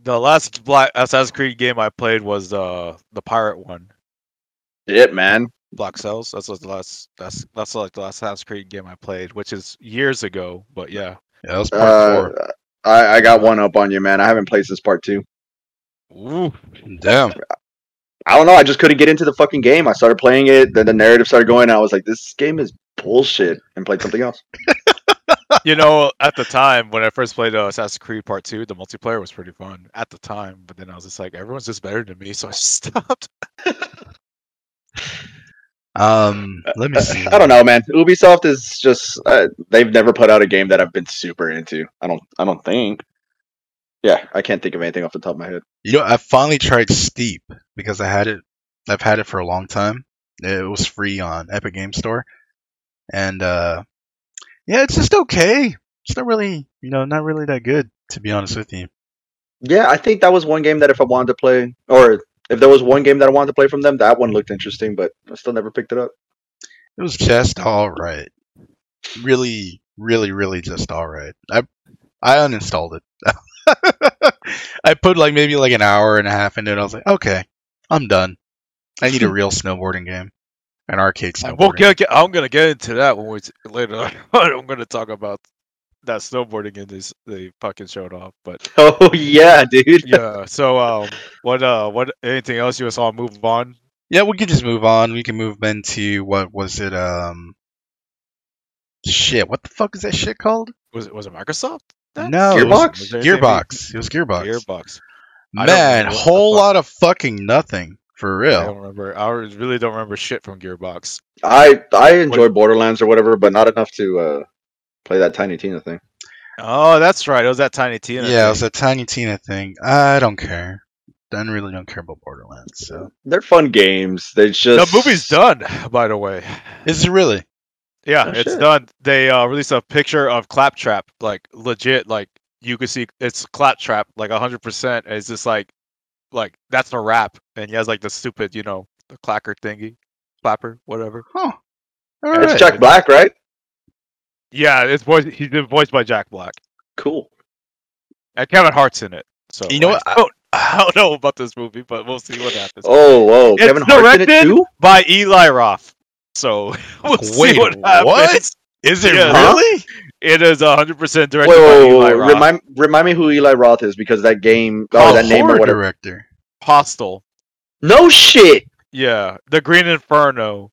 The last Black Assassin's Creed game I played was uh, the pirate one,
Shit, man.
Black Cells. That's was the last. That's that's like the last Assassin's Creed game I played, which is years ago. But yeah,
Yeah, that was part
Uh, I, I got one up on you, man. I haven't played since part two.
Ooh.
four. Damn.
I don't know. I just couldn't get into the fucking game. I started playing it. Then the narrative started going. And I was like, this game is bullshit. And played something else.
you know, at the time when I first played uh, Assassin's Creed Part Two, the multiplayer was pretty fun at the time. But then I was just like, everyone's just better than me, so I just stopped.
Um, let me see.
I don't know, man. Ubisoft is just uh, they've never put out a game that I've been super into. I don't I don't think. Yeah, I can't think of anything off the top of my head.
You know, I finally tried Steep because I had it. I've had it for a long time. It was free on Epic Game Store, and uh, yeah, it's just okay. It's not really, you know, not really that good to be honest with you.
Yeah, I think that was one game that if I wanted to play or if there was one game that I wanted to play from them, that one looked interesting, but I still never picked it up.
It was just all right. Really, really, really just all right. I I uninstalled it. I put like maybe like an hour and a half into it. I was like, okay, I'm done. I need a real snowboarding game, an arcade
I
snowboarding.
will get, get- I'm gonna get into that when we t- later. on. I'm gonna talk about that snowboarding game this they fucking showed off. But
Oh yeah, dude.
yeah, so um, what uh, what anything else you just want to move on?
yeah, we can just move on. We can move into what was it? Um, shit. What the fuck is that shit called?
Was it was it Microsoft?
No,
Was it-
Gearbox?
was there anything we-
Gearbox. It was Gearbox.
Gearbox. I don't
Man,
know what the
whole
fuck.
lot of fucking nothing for
I
real.
don't remember. I really don't remember shit from Gearbox.
I I enjoy Borderlands or whatever, but not enough to uh play that Tiny Tina thing.
Oh, that's right. It was that Tiny Tina.
Yeah, it
thing.
was a Tiny Tina thing. I don't care. I really don't care about Borderlands. So
They're fun games. They just
the movie's done, by the way.
is it really?
Yeah,
Oh,
it's
shit.
done. They uh, released a picture of Claptrap, like legit, like you can see it's Claptrap, like hundred percent. It's just like, like that's a wrap, and he has like the stupid, you know, the clacker thingy, clapper, whatever.
Huh. All
It's
right.
Jack Black, right?
Yeah, it's voiced. He's been voiced by Jack Black,
Cool.
and Kevin Hart's in it. So
You know
I
what? I-
Don't, I don't know about this movie, but we'll see what happens.
Oh, whoa.
It's
Kevin Hart's in it
directed
too?
By Eli Roth. So we'll see
Wait,
what
what?
happens.
Is it
Yeah.
really?
It is hundred percent
Wait,
directed
wait,
by
wait,
Eli
wait,
Roth.
Remind remind me who Eli Roth is because that game or
Oh,
that name or
horror
whatever.
director.
Hostel.
No shit.
Yeah, the Green Inferno,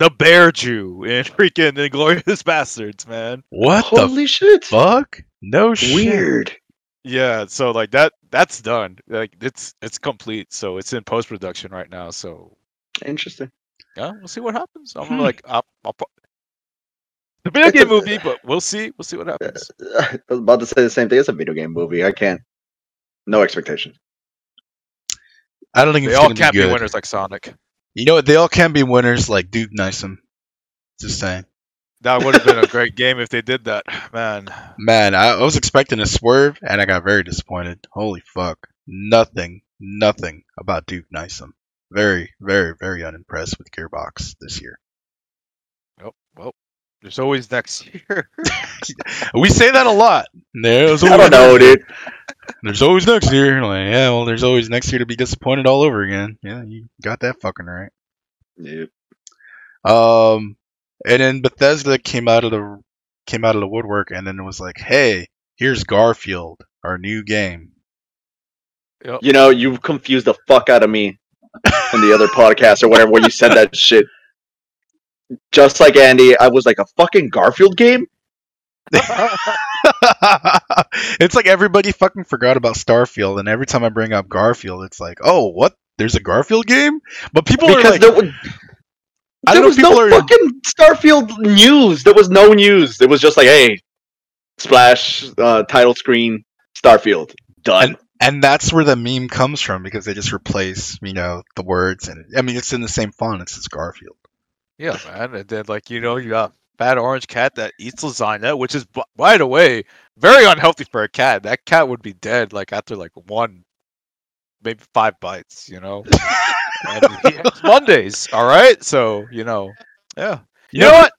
the Bear Jew, and freaking the Glorious Bastards, man.
What the
Holy shit.
fuck? No shit.
Weird.
Yeah, so like that that's done. Like it's it's complete. So it's in post production right now. So
Interesting.
yeah, we'll see what happens. I'm
Hmm.
like I'll, I'll pro- the video
It's
game
a-
movie, but we'll see. We'll see what happens.
I was about to say the same thing. It's a video game movie. I can't. No expectation.
I don't think
They
it's
all
gonna
can't
be
be
good.
winners like Sonic.
You know what? They all can be winners, like Duke Nysom. Just saying.
That would have been a great game if they did that, man.
Man, I, I was expecting a swerve, and I got very disappointed. Holy fuck! Nothing, nothing about Duke Nysom. Very, very, very unimpressed with Gearbox this year.
Oh well, there's always next year.
We say that a lot. There's
I
always
don't know, dude.
There's always next year. Like, yeah, well, there's always next year to be disappointed all over again. Yeah, you got that fucking right.
Yeah.
Um, and then Bethesda came out of the came out of the woodwork, and then it was like, hey, here's Garfield, our new game.
Yep.
You know, you confused the fuck out of me in the other podcast or whatever when you said that shit. Just like Andy, I was like a fucking Garfield game.
it's like everybody fucking forgot about Starfield, and every time I bring up Garfield, it's like, oh, what? There's a Garfield game? But people are
because
like,
there, wa-
I don't
there
know if
was
people
no
are.
fucking Starfield news. There was no news. It was just like, hey, splash uh, title screen, Starfield done.
and that's where the meme comes from because they just replace, you know, the words, and I mean, it's in the same font. It's just Garfield.
Yeah, man. And then, like, you know, you got fat orange cat that eats lasagna, which is, b- by the way, very unhealthy for a cat. That cat would be dead, like, after, like, one, maybe five bites, you know? and he- it's Mondays, all right? So, you know, yeah. You know what?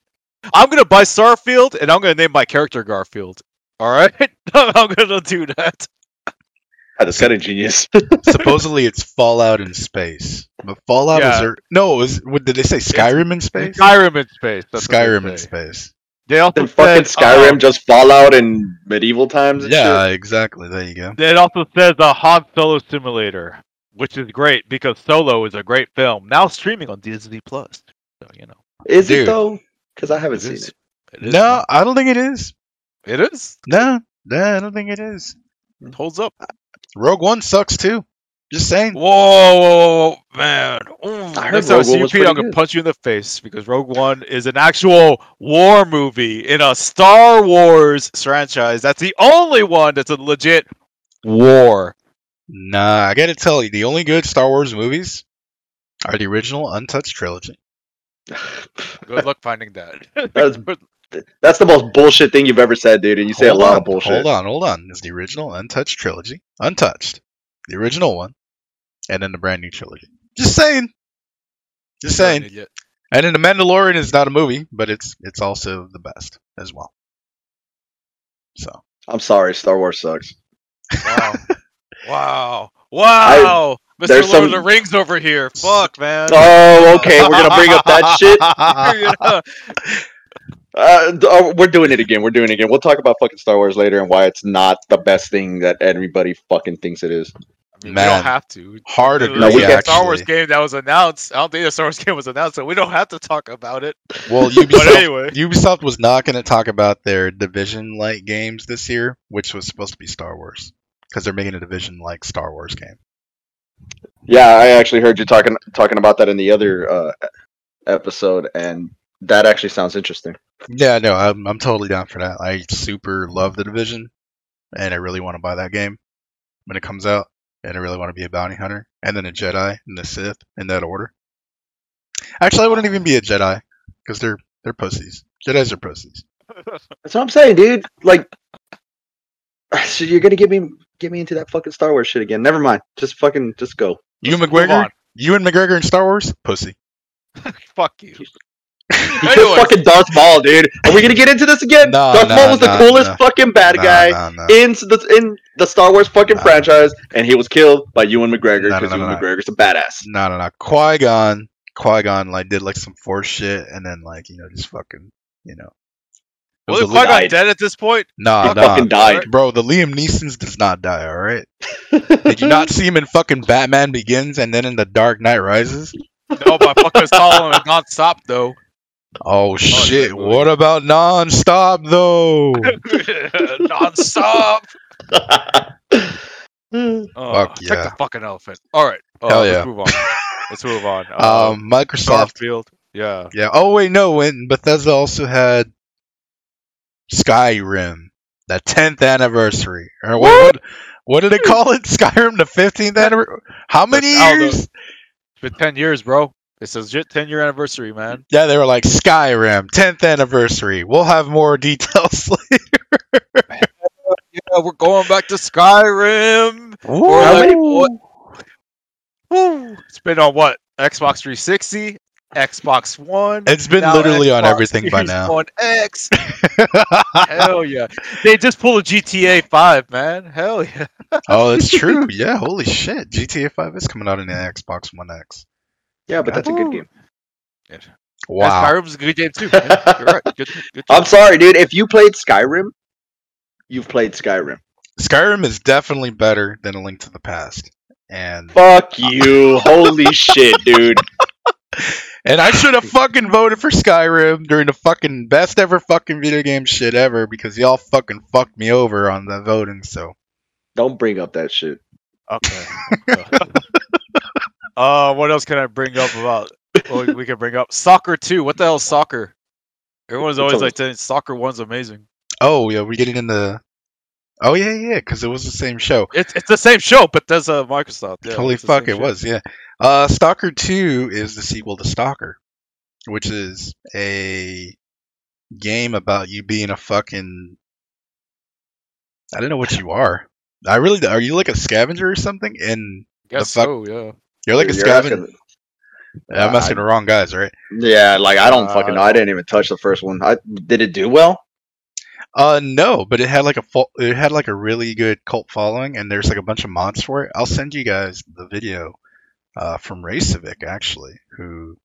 I'm going to buy Starfield and I'm going to name my character Garfield, all right? I'm going to do that.
God, That's kind of genius.
Supposedly it's Fallout in space, but Fallout is
Yeah.
there. No, is what did they say? Skyrim in space.
Skyrim in space. that's what they
Skyrim in
say.
space.
They also
Then fucking
said, uh,
Skyrim just Fallout in medieval times. And shit.
Yeah, exactly. There you go.
It also says a Han Solo simulator, which is great because Solo is a great film now streaming on Disney Plus. So you know,
Is it
Dude.
though? Because I haven't
it
seen
is.
it.
It is.
No, I don't think it is.
it is.
No, no, I don't think it is.
It holds up.
Rogue One sucks too. Just saying.
Whoa, whoa, whoa, whoa, man! Ooh,
heard
next time I
Rogue
see
One
you,
was
Pete, I'm
pretty
gonna
good.
punch you in the face because Rogue One is an actual war movie in a Star Wars franchise. That's the only one that's a legit war.
Nah, I gotta tell you, the only good Star Wars movies are the original Untouched trilogy.
Good luck finding that.
That's- That's the most bullshit thing you've ever said, dude. And you say a lot
on,
of bullshit.
Hold on, hold on. It's the original Untouched trilogy, Untouched, the original one, and then the brand new trilogy. Just saying. Just saying.
Idiot.
And then The Mandalorian is not a movie, but it's it's also the best as well. So
I'm sorry, Star Wars sucks.
Wow. wow. Wow. Mr. Lord
there's
of the
some-
Rings over here. Fuck, man.
Oh, okay. We're gonna bring up that shit.
You know?
Uh, d- uh, we're doing it again. We're doing it again. We'll talk about fucking Star Wars later and why it's not the best thing that everybody fucking thinks it is.
I mean, we
Man.
don't have to.
Hard
Literally,
agree,
we had a Star
actually.
Wars game that was announced. I don't think the Star Wars game was announced, so we don't have to talk about it.
well,
But
Ubisoft,
anyway,
Ubisoft was not going to talk about their division like games this year, which was supposed to be Star Wars, because they're making a division like Star Wars game.
Yeah, I actually heard you talking talking about that in the other uh, episode, and that actually sounds interesting.
Yeah, no, I'm I'm totally down for that. I super love the division, and I really want to buy that game when it comes out, and I really want to be a bounty hunter, and then a Jedi and a Sith in that order. Actually, I wouldn't even be a Jedi because they're they're pussies. Jedi's are pussies.
That's what I'm saying, dude. Like, so you're gonna get me get me into that fucking Star Wars shit again? Never mind. Just fucking just go.
You
Let's move
McGregor,
on.
you and McGregor in Star Wars, pussy.
Fuck you.
He killed
Anyways,
fucking Darth Maul, dude. Are we gonna get into this again?
No,
Darth
no,
Maul was
no,
the coolest
no.
fucking bad
Nah,
guy
nah, nah.
in the in the Star Wars fucking
Nah.
franchise, and he was killed by Ewan McGregor
No, no,
because
no, no,
Ewan
no.
McGregor's a badass.
No, no, no. Qui Gon, Qui Gon, like did like some force shit, and then like you know just fucking you know was
Wasn't
a Liam-
Qui Gon
Died.
dead at this point?
Nah,
He
nah.
fucking died.
Bro, the Liam Neesons does not die, alright? Did you not see him in fucking Batman Begins and then in The Dark Knight Rises?
No, but I fucking saw him non stop though.
Oh shit,
good movie.
what about nonstop though?
non stop. Oh,
Fuck
check
yeah.
the fucking elephant. All right. Oh,
Hell yeah.
let's move on. Let's move on. Um,
um, Microsoft.
Starfield. Yeah.
Yeah. Oh wait, no, when Bethesda also had Skyrim, the tenth anniversary. Or what, what what did it call it? Skyrim the fifteenth anniversary? How many
Aldo.
years?
It's been 10 years, bro. It's a legit 10 year anniversary, man.
Yeah, they were like Skyrim, tenth anniversary. We'll have more details later.
Yeah, we're going back to Skyrim.
How many-
Woo!
Woo. It's been on what? Xbox 360, Xbox One.
It's been
now
literally on
Xbox
everything by
Series
now.
One X. Hell yeah. They just pulled a GTA 5, man. Hell yeah.
oh, it's true. Yeah, holy shit. GTA 5 is coming out in the Xbox One X.
yeah, but that's a good game.
Wow.
And Skyrim's a good game, too. Man. You're right. Good, good
I'm sorry, dude. If you played Skyrim, you've played Skyrim.
Skyrim is definitely better than A Link to the Past. And
Fuck you. Holy shit, dude.
and I should have fucking voted for Skyrim during the fucking best ever fucking video game shit ever because y'all fucking fucked me over on the voting. So
Don't bring up that shit.
Okay. uh, what else can I bring up about? Well, we can bring up soccer too. What the hell, is soccer? Everyone's
It's
always
always-
like saying soccer one's amazing.
oh yeah, we're getting in the oh yeah yeah because it was the same show.
It's it's the same show, but there's a Microsoft. Yeah,
Holy
it's the same
fuck, it
shit.
was yeah. Uh, Stalker Two is the sequel to Stalker, which is a game about you being a fucking I don't know what you are. I really are you like a scavenger or something? And
Guess
fuck-
so. oh, Yeah.
You're like a
You're
scavenger.
asking-
Yeah, I'm
Uh,
asking the wrong guys, right?
Yeah, like I don't
Uh,
fucking know. I didn't even touch the first one. I did it do well?
Uh, no, but it had like a fo- it had like a really good cult following, and there's like a bunch of mods for it. I'll send you guys the video, uh, from Racevic actually, who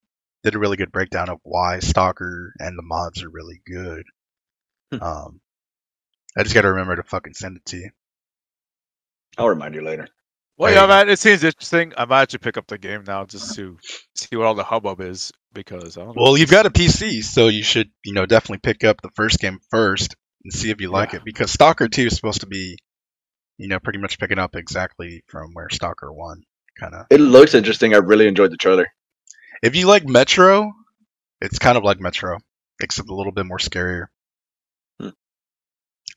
did a really good breakdown of why Stalker and the mods are really good.
Hmm.
Um, I just gotta remember to fucking send it to you.
I'll remind you later.
Well,
There
yeah,
you go.
man. It seems interesting. I might actually pick up the game now just to see what all the hubbub is because I don't know.
Well, you've got a PC, so you should you know definitely pick up the first game first and see if you like
Yeah.
it because Stalker Two is supposed to be, you know, pretty much picking up exactly from where Stalker One kind of.
It looks interesting. I really enjoyed the trailer.
If you like Metro, it's kind of like Metro, except a little bit more scarier.
Hmm.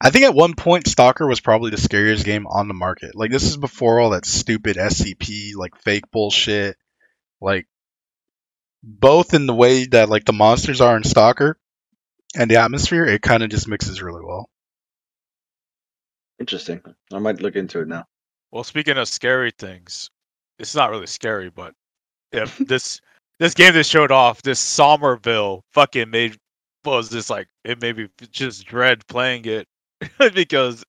I think at one point Stalker was probably the scariest game on the market. Like this is before all that stupid SCP like fake bullshit. Like both in the way that like the monsters are in Stalker and the atmosphere, it kind of just mixes really well.
Interesting. I might look into it now.
Well, speaking of scary things, it's not really scary, but if this this game that showed off this Somerville fucking made was just like it made me just dread playing it because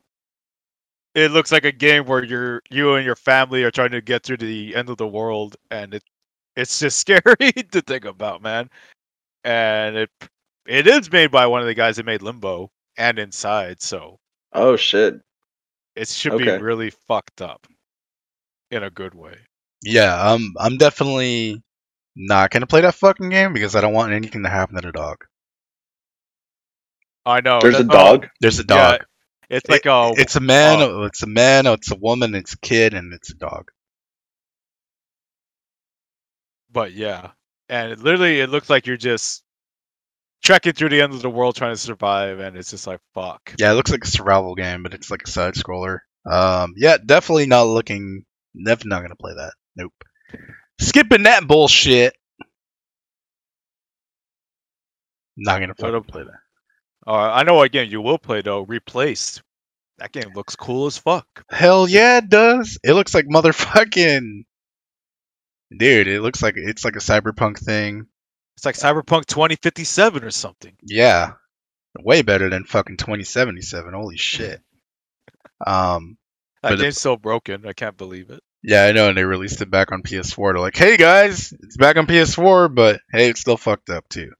it looks like a game where you're you and your family are trying to get through the end of the world, and it it's just scary to think about, man. And it it is made by one of the guys that made Limbo and Inside, so
Oh shit.
it should
Okay.
be really fucked up in a good way.
Yeah, I'm I'm definitely not gonna play that fucking game because I don't want anything to happen to the dog.
I know.
There's a
Oh, that-
dog.
There's a
Yeah,
dog.
it's like a
it's a man,
Oh.
it's a man, it's a woman, it's a kid, and it's a dog.
but yeah, and it, literally it looks like you're just trekking through the end of the world trying to survive, and it's just like fuck.
Yeah, it looks like a survival game, but it's like a side scroller. Um, yeah, definitely not looking. Definitely not gonna play that. Nope. Skipping that bullshit. Not gonna
What
fucking
up?
play that.
Uh, I know again you will play though. Replaced. That game looks cool as fuck.
Hell yeah, it does. It looks like motherfucking. Dude, it looks like it's like a cyberpunk thing.
It's like Cyberpunk 2057 or something.
Yeah. Way better than fucking 2077. Holy shit. Um,
That
But it-
game's so broken. I can't believe it.
Yeah, I know, and they released it back on PS4. They're like, "Hey guys, it's back on PS4, but hey, it's still fucked up too."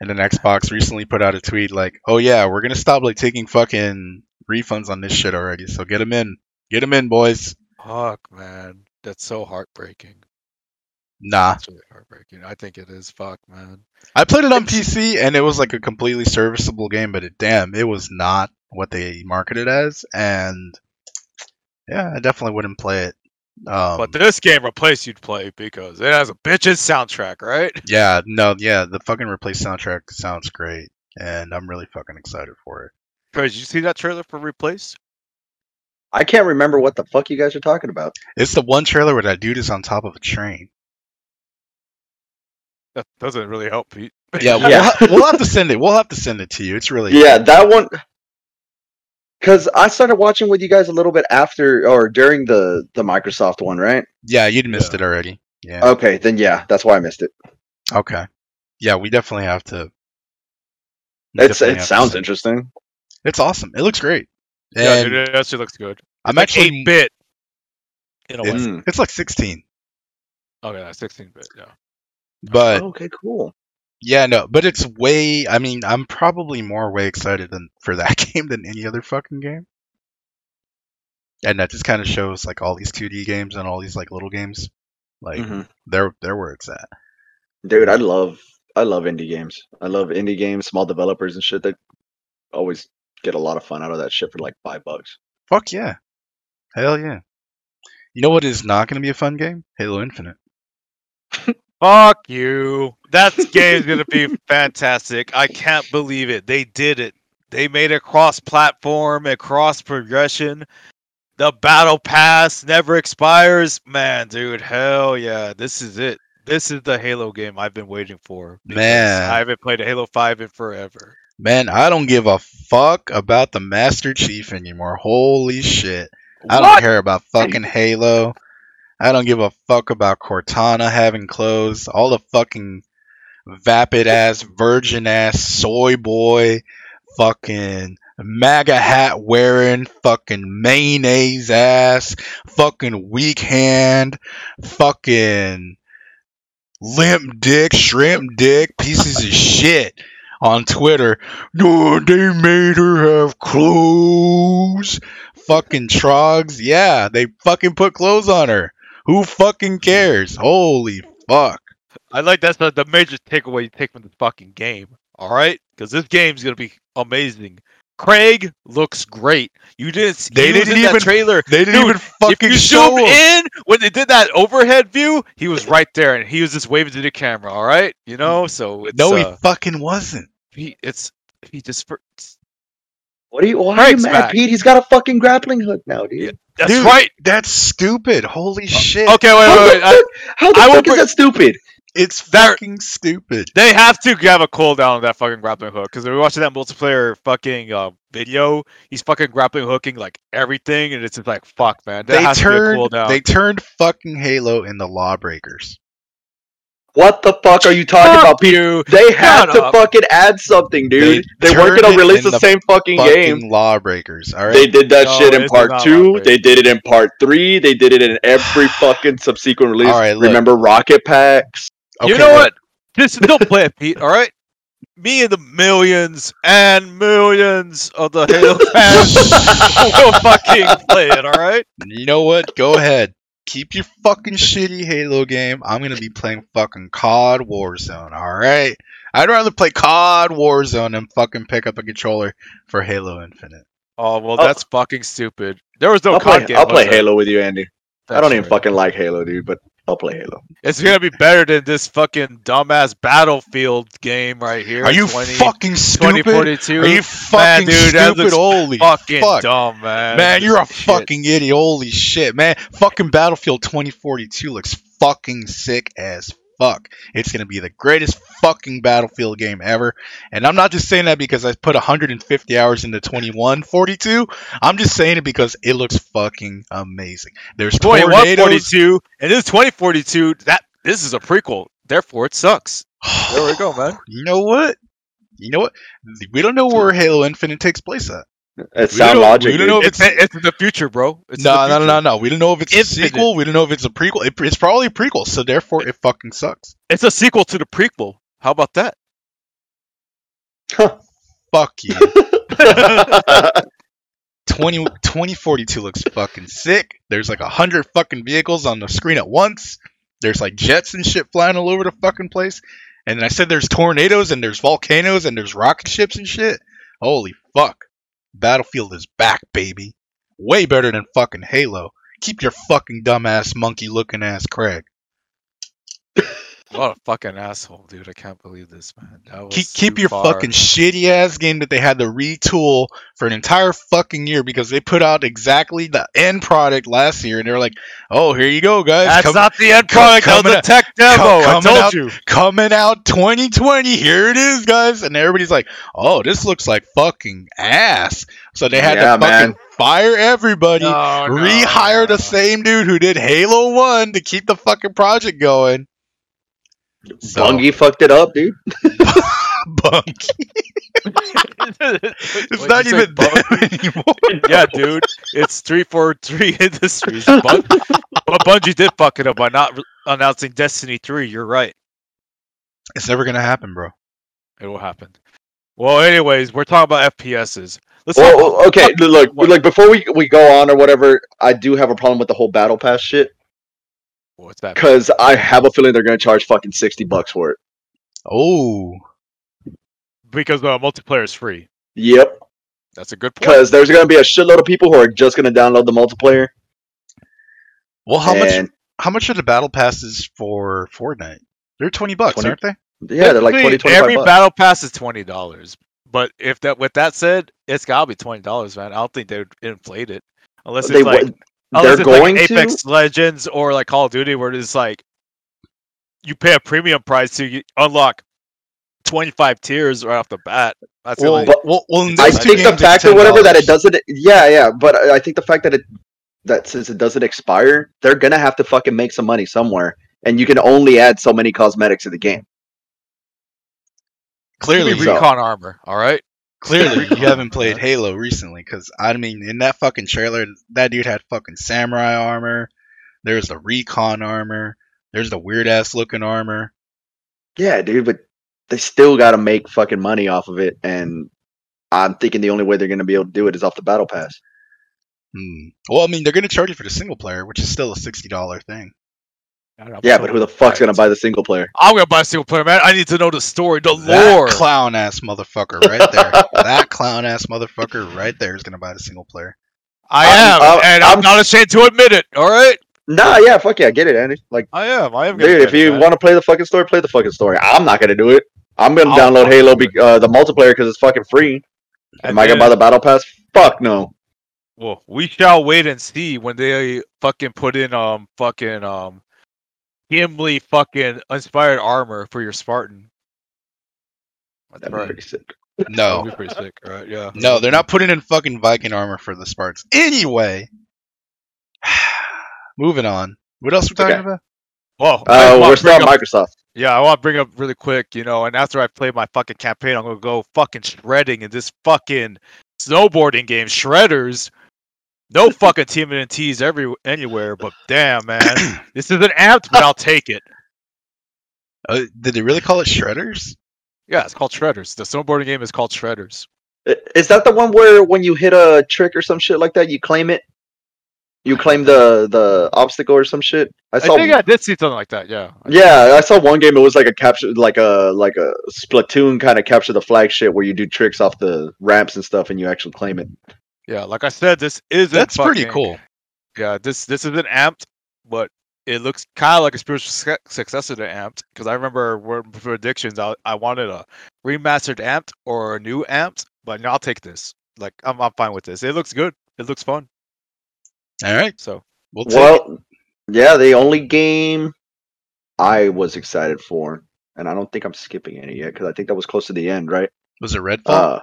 And then Xbox recently put out a tweet like, "Oh yeah, we're gonna stop like taking fucking refunds on this shit already. So get them in, get them in, boys."
Fuck, man, that's so heartbreaking.
Ah.
Nah,
That's really heartbreaking. I think it is. Fuck, man.
I played it on PC and it was like a completely serviceable game, but it, damn, it was not what they marketed as. And yeah, I definitely wouldn't play it. Um,
but this game replaced you'd play because it has a bitch's soundtrack, right?
yeah, no, yeah, the fucking replace soundtrack sounds great, and I'm really fucking excited for it.
Did you see that trailer for Replace?
I can't remember what the fuck you guys are talking about.
It's the one trailer where that dude is on top of a train.
That doesn't really help, Pete.
Yeah, we'll,
Yeah.
ha- we'll have to send it. We'll have to send it to you. It's really
Yeah, that one. Because I started watching with you guys a little bit after or during the the Microsoft one, right?
yeah. You'd missed it already. Yeah.
Okay, then yeah, that's why I missed it. Uh,
Okay. Yeah, we definitely have to. we
It's,
definitely
it
have to
sounds
send
interesting.
It's awesome. It looks great.
yeah,
And
dude, that shit looks good.
I'm
Like
actually
8 bit. In a way.
It's,
Mm.
it's like 16,
Okay, that's 16 bit, Oh, yeah.
but
Oh, okay, cool.
yeah, no, but it's way. I mean, I'm probably more way excited than for that game than any other fucking game. And that just kind of shows like all these 2D games and all these like little games, like
Mm-hmm.
Mhm.
they're they're where it's at.
Dude, I love I love indie games. I love indie games, small developers and shit that always get a lot of fun out of that shit for like five bucks.
Fuck yeah, hell yeah. You know what is not going to be a fun game? Halo Infinite.
Fuck you. That game's gonna be fantastic. I can't believe it. They did it. They made it cross platform and cross progression. The battle pass never expires. Man, dude, hell yeah. This is it. This is the Halo game I've been waiting for. because
Man.
I haven't played a Halo 5 in forever.
Man, I don't give a fuck about the Master Chief anymore. Holy shit. I don't
What?
care about fucking Halo. I don't give a fuck about Cortana having clothes. All the fucking vapid ass, virgin ass, soy boy, fucking MAGA hat wearing, fucking mayonnaise ass, fucking weak hand, fucking limp dick, shrimp dick, pieces of shit on Twitter. No, they made her have clothes. Fucking trogs. Yeah, they fucking put clothes on her. Who fucking cares? Holy fuck.
I like that's the, the major takeaway you take from the fucking game. All right, because this game's gonna be amazing. Craig looks great. You didn't. s-
They
he was
didn't
in
even
that trailer.
They didn't
Dude,
even fucking
if you
show
zoom
him.
in when they did that overhead view, he was right there, and he was just waving to the camera. All right, you know. So it's
No,
uh,
he fucking wasn't.
he, it's he just for-
What are you why are you
Frank's
mad,
back.
Pete? He's got a fucking grappling hook now, dude.
Yeah, that's
Dude,
right.
That's stupid. Holy shit.
Uh, Okay, wait,
How
wait,
the
wait. Uh, I,
fuck, how the
I will
fuck is
br-
that stupid?
It's
There-
fucking stupid.
they have to have a cooldown on that fucking grappling hook because we were watching that multiplayer fucking uh, video. He's fucking grappling hooking like everything, and it's just like fuck, man. That
They
has
turned
to be a cooldown.
they turned fucking Halo into lawbreakers.
What the fuck are you talking
Fuck
about, Pete?
you.
They had
Shut
to
up.
fucking add something, dude.
They
They, weren't
turned
gonna
it
release
in
the,
the
same fucking, game.
Fucking lawbreakers, alright?
They did that
No,
shit in
it's
part
not
two.
Outbreak.
They did it in part three. They did it in every fucking subsequent release.
All right, look.
Remember Rocket Packs?
you
Okay,
know
look.
what? Just don't play it, Pete. All right. Me and the millions and millions of the Halo fans will fucking play it. All right.
You know what? Go ahead. Keep your fucking shitty Halo game. I'm gonna be playing fucking COD Warzone. All right. I'd rather play COD Warzone and fucking pick up a controller for Halo Infinite.
Oh well,
I'll-
that's fucking stupid. There was no
I'll
COD
play,
game.
I'll play
was there?
Halo with you, Andy. I
That's
don't even
right.
fucking like Halo, dude, but I'll play Halo.
It's gonna be better than this fucking dumbass Battlefield game right here.
Are you
20
fucking stupid?
2042.
Are you fucking
dude, that
stupid?
looks
Holy
fucking
fuck.
dumb, man.
Man, you're a
Shit.
fucking idiot. Holy shit, man. Fucking Battlefield 2042 looks fucking sick as fuck. It's going to be the greatest fucking Battlefield game ever. And I'm not just saying that because I put 150 hours into 2142. I'm just saying it because it looks fucking amazing. There's tornadoes.
2142, and this 2042. That this is a prequel. Therefore, it sucks. There we go, man.
You know what? You know what? We don't know where Halo Infinite takes place at.
It's
We don't-
sound logic.
we don't
dude.
know if
It's, it's in the future, bro. It's in
No, no,
the
no, no,
future.
no. We don't know if it's a
Infinite.
sequel. We don't know if it's a prequel. It, it's probably a prequel, so therefore it fucking sucks.
It's a sequel to the prequel. How about that?
Huh.
Fuck you. 20, 2042 looks fucking sick. There's like a hundred fucking vehicles on the screen at once. There's like jets and shit flying all over the fucking place. And then I said there's tornadoes and there's volcanoes and there's rocket ships and shit. Holy fuck. Battlefield is back, baby. Way better than fucking Halo. Keep your fucking dumbass monkey looking ass Craig.
What a fucking asshole, dude! I can't believe this, man. That was
keep keep
too
your
far.
fucking shitty ass game that they had to retool for an entire fucking year because they put out exactly the end product last year and they're like, oh, here you go, guys.
That's
Come-
not the end
com-
product of
coming
the
up-
tech demo. I
coming
told
up-
you.
coming out 2020. Here it is, guys. And everybody's like, oh, this looks like fucking ass. So they had
Yeah,
to fucking
man.
fire everybody, rehire the same dude who did Halo 1 to keep the fucking project going. So-
Bungie fucked it up, dude.
Bungie. It's
What'd
not
you say,
even them anymore.
yeah, dude. It's three four three industries. Bun- but Bungie did fuck it up by not re- announcing Destiny three. You're right.
It's never going to happen, bro.
It will happen. Well, anyways, we're talking about FPSs. Let's talk about
Well, okay, look,
What?
like before we, we go on or whatever, I do have a problem with the whole battle pass shit
what's that?
because I have a feeling they're gonna charge fucking sixty bucks for it.
Oh.
Because uh, multiplayer is free.
Yep,
That's a good point.
because there's gonna be a shitload of people who are just gonna download the multiplayer.
Well, how much
and,
how much are the battle passes for Fortnite? They're 20 bucks,
20
aren't they?
Yeah, they're like
Typically,
20, 25
Every
bucks.
battle pass is twenty dollars. But if that with that said, it's gotta be twenty dollars, man. I don't think they'd inflate it unless it's
they,
like
wa-
unless
they're
it's
going
Oh, like
to.
Apex Legends or like Call of Duty, where it's like you pay a premium price to you unlock twenty five tiers right off the bat. That's
Well,
like,
but-
well, well, in
I
I
these two
think the
games, it's
fact or whatever that
$10.
it doesn't. Yeah, yeah, but I I think the fact that it that since it doesn't expire, they're gonna have to fucking make some money somewhere, and you can only add so many cosmetics to the game.
give me
Clearly,
so.
recon armor. All right,
Clearly, you
Recon,
haven't played
man.
Halo recently, because I mean, in that fucking trailer, that dude had fucking samurai armor. There's the recon armor. There's the weird ass looking armor.
Yeah, dude, but they still gotta make fucking money off of it, and I'm thinking the only way they're gonna be able to do it is off the battle pass.
Hmm. Well, I mean, they're gonna charge you for the single player, which is still a sixty dollar thing.
Yeah, but who the fuck's gonna buy the single player?
I'm gonna buy a single player, man. I need to know the story, the lore.
That clown ass motherfucker right there. that clown ass motherfucker right there is gonna buy the single player.
I am,
I'm- I'm-
and I'm,
I'm-
not ashamed to admit it. All right,
Nah, yeah, fuck yeah, I get it, Andy. Like,
I am. I am. gonna
dude,
play
if
it,
you
man.
want to play the fucking story, play the fucking story. I'm not gonna do it. I'm gonna
I'll
download
fucking
Halo
do
be- uh, the multiplayer because it's fucking free.
And
Am I gonna
then-
buy the battle pass? Fuck no.
Well, we shall wait and see when they fucking put in um fucking um Gimli fucking inspired armor for your Spartan. That's
That'd be
right.
pretty sick.
That
No,
would be pretty sick, right? Yeah.
no, they're not putting in fucking Viking armor for the Spartans anyway. Moving on. What else we talking
Okay.
about?
Well, I
Uh,
wanna
we're still
bring
on
up-
Microsoft.
yeah, I want to bring up really quick, you know, and after I play my fucking campaign, I'm gonna go fucking shredding in this fucking snowboarding game, Shredders. No fucking team and T's every anywhere, but damn man, this is an amped, but I'll take it.
Uh, did they really call it shredders?
Yeah, it's called Shredders. The snowboarding game is called Shredders.
I- Is that the one where when you hit a trick or some shit like that, you claim it? You claim the the obstacle or some shit. I
I,
saw.
think I did see something like that. Yeah.
yeah, I saw one game. It was like a capture, like a like a Splatoon kind of capture the flag shit where you do tricks off the ramps and stuff, and you actually claim it.
Yeah, like I said, this is
That's pretty cool.
Yeah, this this is an amped, but it looks kind of like a spiritual suc- successor to amped because I remember when- for predictions I, I wanted a remastered amped or a new amped, but no, I'll take this. Like I'm I'm fine with this. It looks good. It looks fun.
All right,
So
we'll take it.
Well, yeah, the only game I was excited for, and I don't think I'm skipping any yet because I think that was close to the end, right?
Was it Redfall?
Uh,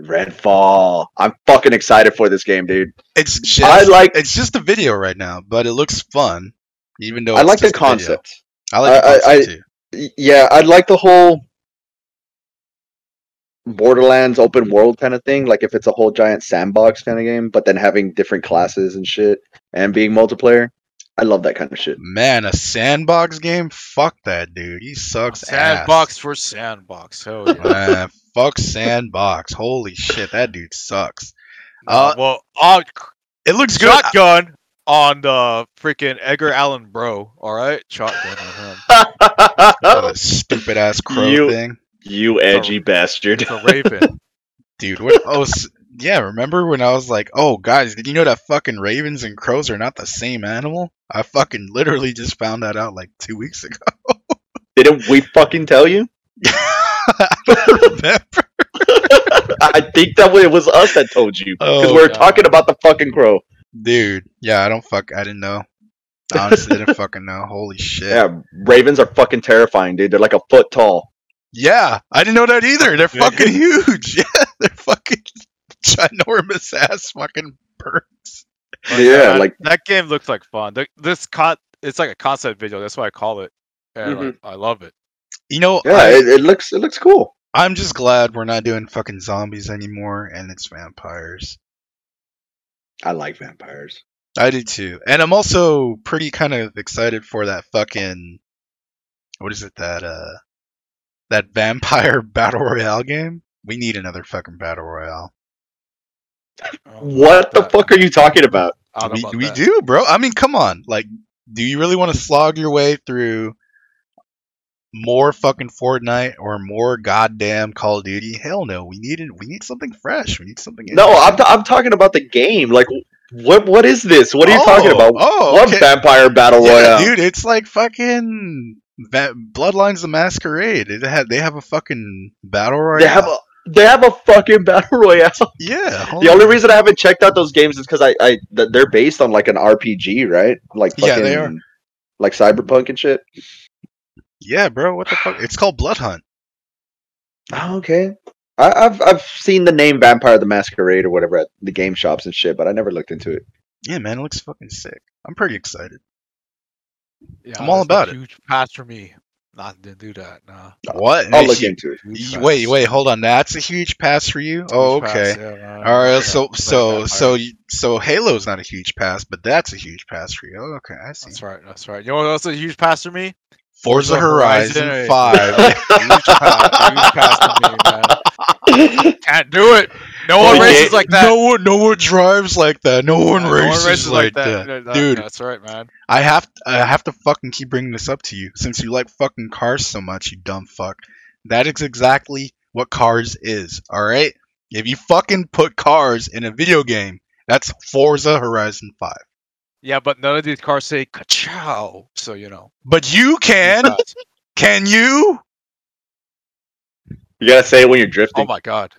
Redfall. I'm fucking excited for this game, dude.
it's just
I like
it's just a video right now, but it looks fun. Even though
I
it's
like the
just a video.
concept.
I like the
I- I-
concept
I-
too.
Y- Yeah, I like the whole Borderlands open world kind of thing. Like if it's a whole giant sandbox kind of game, but then having different classes and shit and being multiplayer. I love that kind of shit.
Man, a sandbox game? Fuck that dude. He sucks
Sandbox for sandbox. Hell
ass.
yeah.
Man, fuck sandbox. Holy shit, that dude sucks. Uh,
well, on
It looks good.
shotgun on the freaking Edgar Allan Bro. All right, shotgun on him.
Oh, that stupid ass crow
You-
thing,
you
Oh.
edgy bastard.
It's a raven.
dude. What? Oh, s- yeah. Remember when I was like, "Oh, guys, did you know that fucking ravens and crows are not the same animal?" I fucking literally just found that out like two weeks ago.
Didn't we fucking tell you?
I don't remember.
I think that it was us that told you because
Oh,
we were
God.
talking about the fucking crow.
dude. Yeah, I don't fuck. I didn't know. Honestly, I didn't fucking know. Holy shit. Yeah.
Yeah, ravens are fucking terrifying, dude. They're like a foot tall.
I didn't know that either. They're
Dude.
fucking huge. Yeah, they're fucking ginormous ass fucking birds.
yeah,
That-
like
that game looks like fun. The, this con- it's like a concept video. That's why I call it. And like, I love it.
You know,
yeah,
I-
it, it looks it looks cool.
I'm just glad we're not doing fucking zombies anymore and it's vampires.
I like vampires.
I do too. And I'm also pretty kind of excited for that fucking what is it that uh that vampire battle royale game? We need another fucking battle royale.
I don't know
What
about
the
that.
fuck are you talking about?
I don't know
We,
about
we
that.
do, bro. I mean, come on. Like do you really want to slog your way through more fucking Fortnite or more goddamn Call of Duty? Hell no. We need it. We need something fresh. We need something
No, I'm, I'm talking about the game. Like, what what is this? What are you
Oh,
talking about?
Oh,
What
okay.
vampire battle
Yeah,
royale?
dude, it's like fucking Va- Bloodlines the Masquerade. It had, they have a fucking battle royale.
They have a they have a fucking battle royale.
yeah. hold
The
on.
only reason I haven't checked out those games is because I, I th- they're based on like an RPG, right? Like fucking,
Yeah, they are.
Like cyberpunk and shit.
yeah, bro. What the fuck? It's called Blood Hunt.
Oh, okay. I, I've I've seen the name Vampire the Masquerade or whatever at the game shops and shit, but I never looked into it.
Yeah, man, it looks fucking sick. I'm pretty excited.
Yeah,
I'm all about
that's a
it.
Huge pass for me. Not to do that. Nah.
What?
I'll look into it.
Huge
You-
pass.
wait, wait, hold on. That's a huge pass for you. Oh,
Huge pass,
okay.
yeah, nah,
All
yeah,
right. So,
like
so,
that.
so, you- so, Halo's not a huge pass, but that's a huge pass for you. Oh, Okay, I see.
That's right. That's right. You know what else is a huge pass for me?
Forza
Forza Horizon
Horizon
eight.
Five.
Huge pass. Huge pass for me, man. Can't do it. No one
Okay.
races like that.
No one, no one drives like that. No one
No
races, like, that.
No, no,
dude.
That's right, man.
I have I have to fucking keep bringing this up to you since you like fucking cars so much, you dumb fuck. That is exactly what cars is. All right. If you fucking put cars in a video game, that's Forza Horizon Five.
Yeah, but none of these cars say ka-chow, so you know.
But you can,
huge pass.
can you?
You gotta say it when you're
oh
drifting.
my god.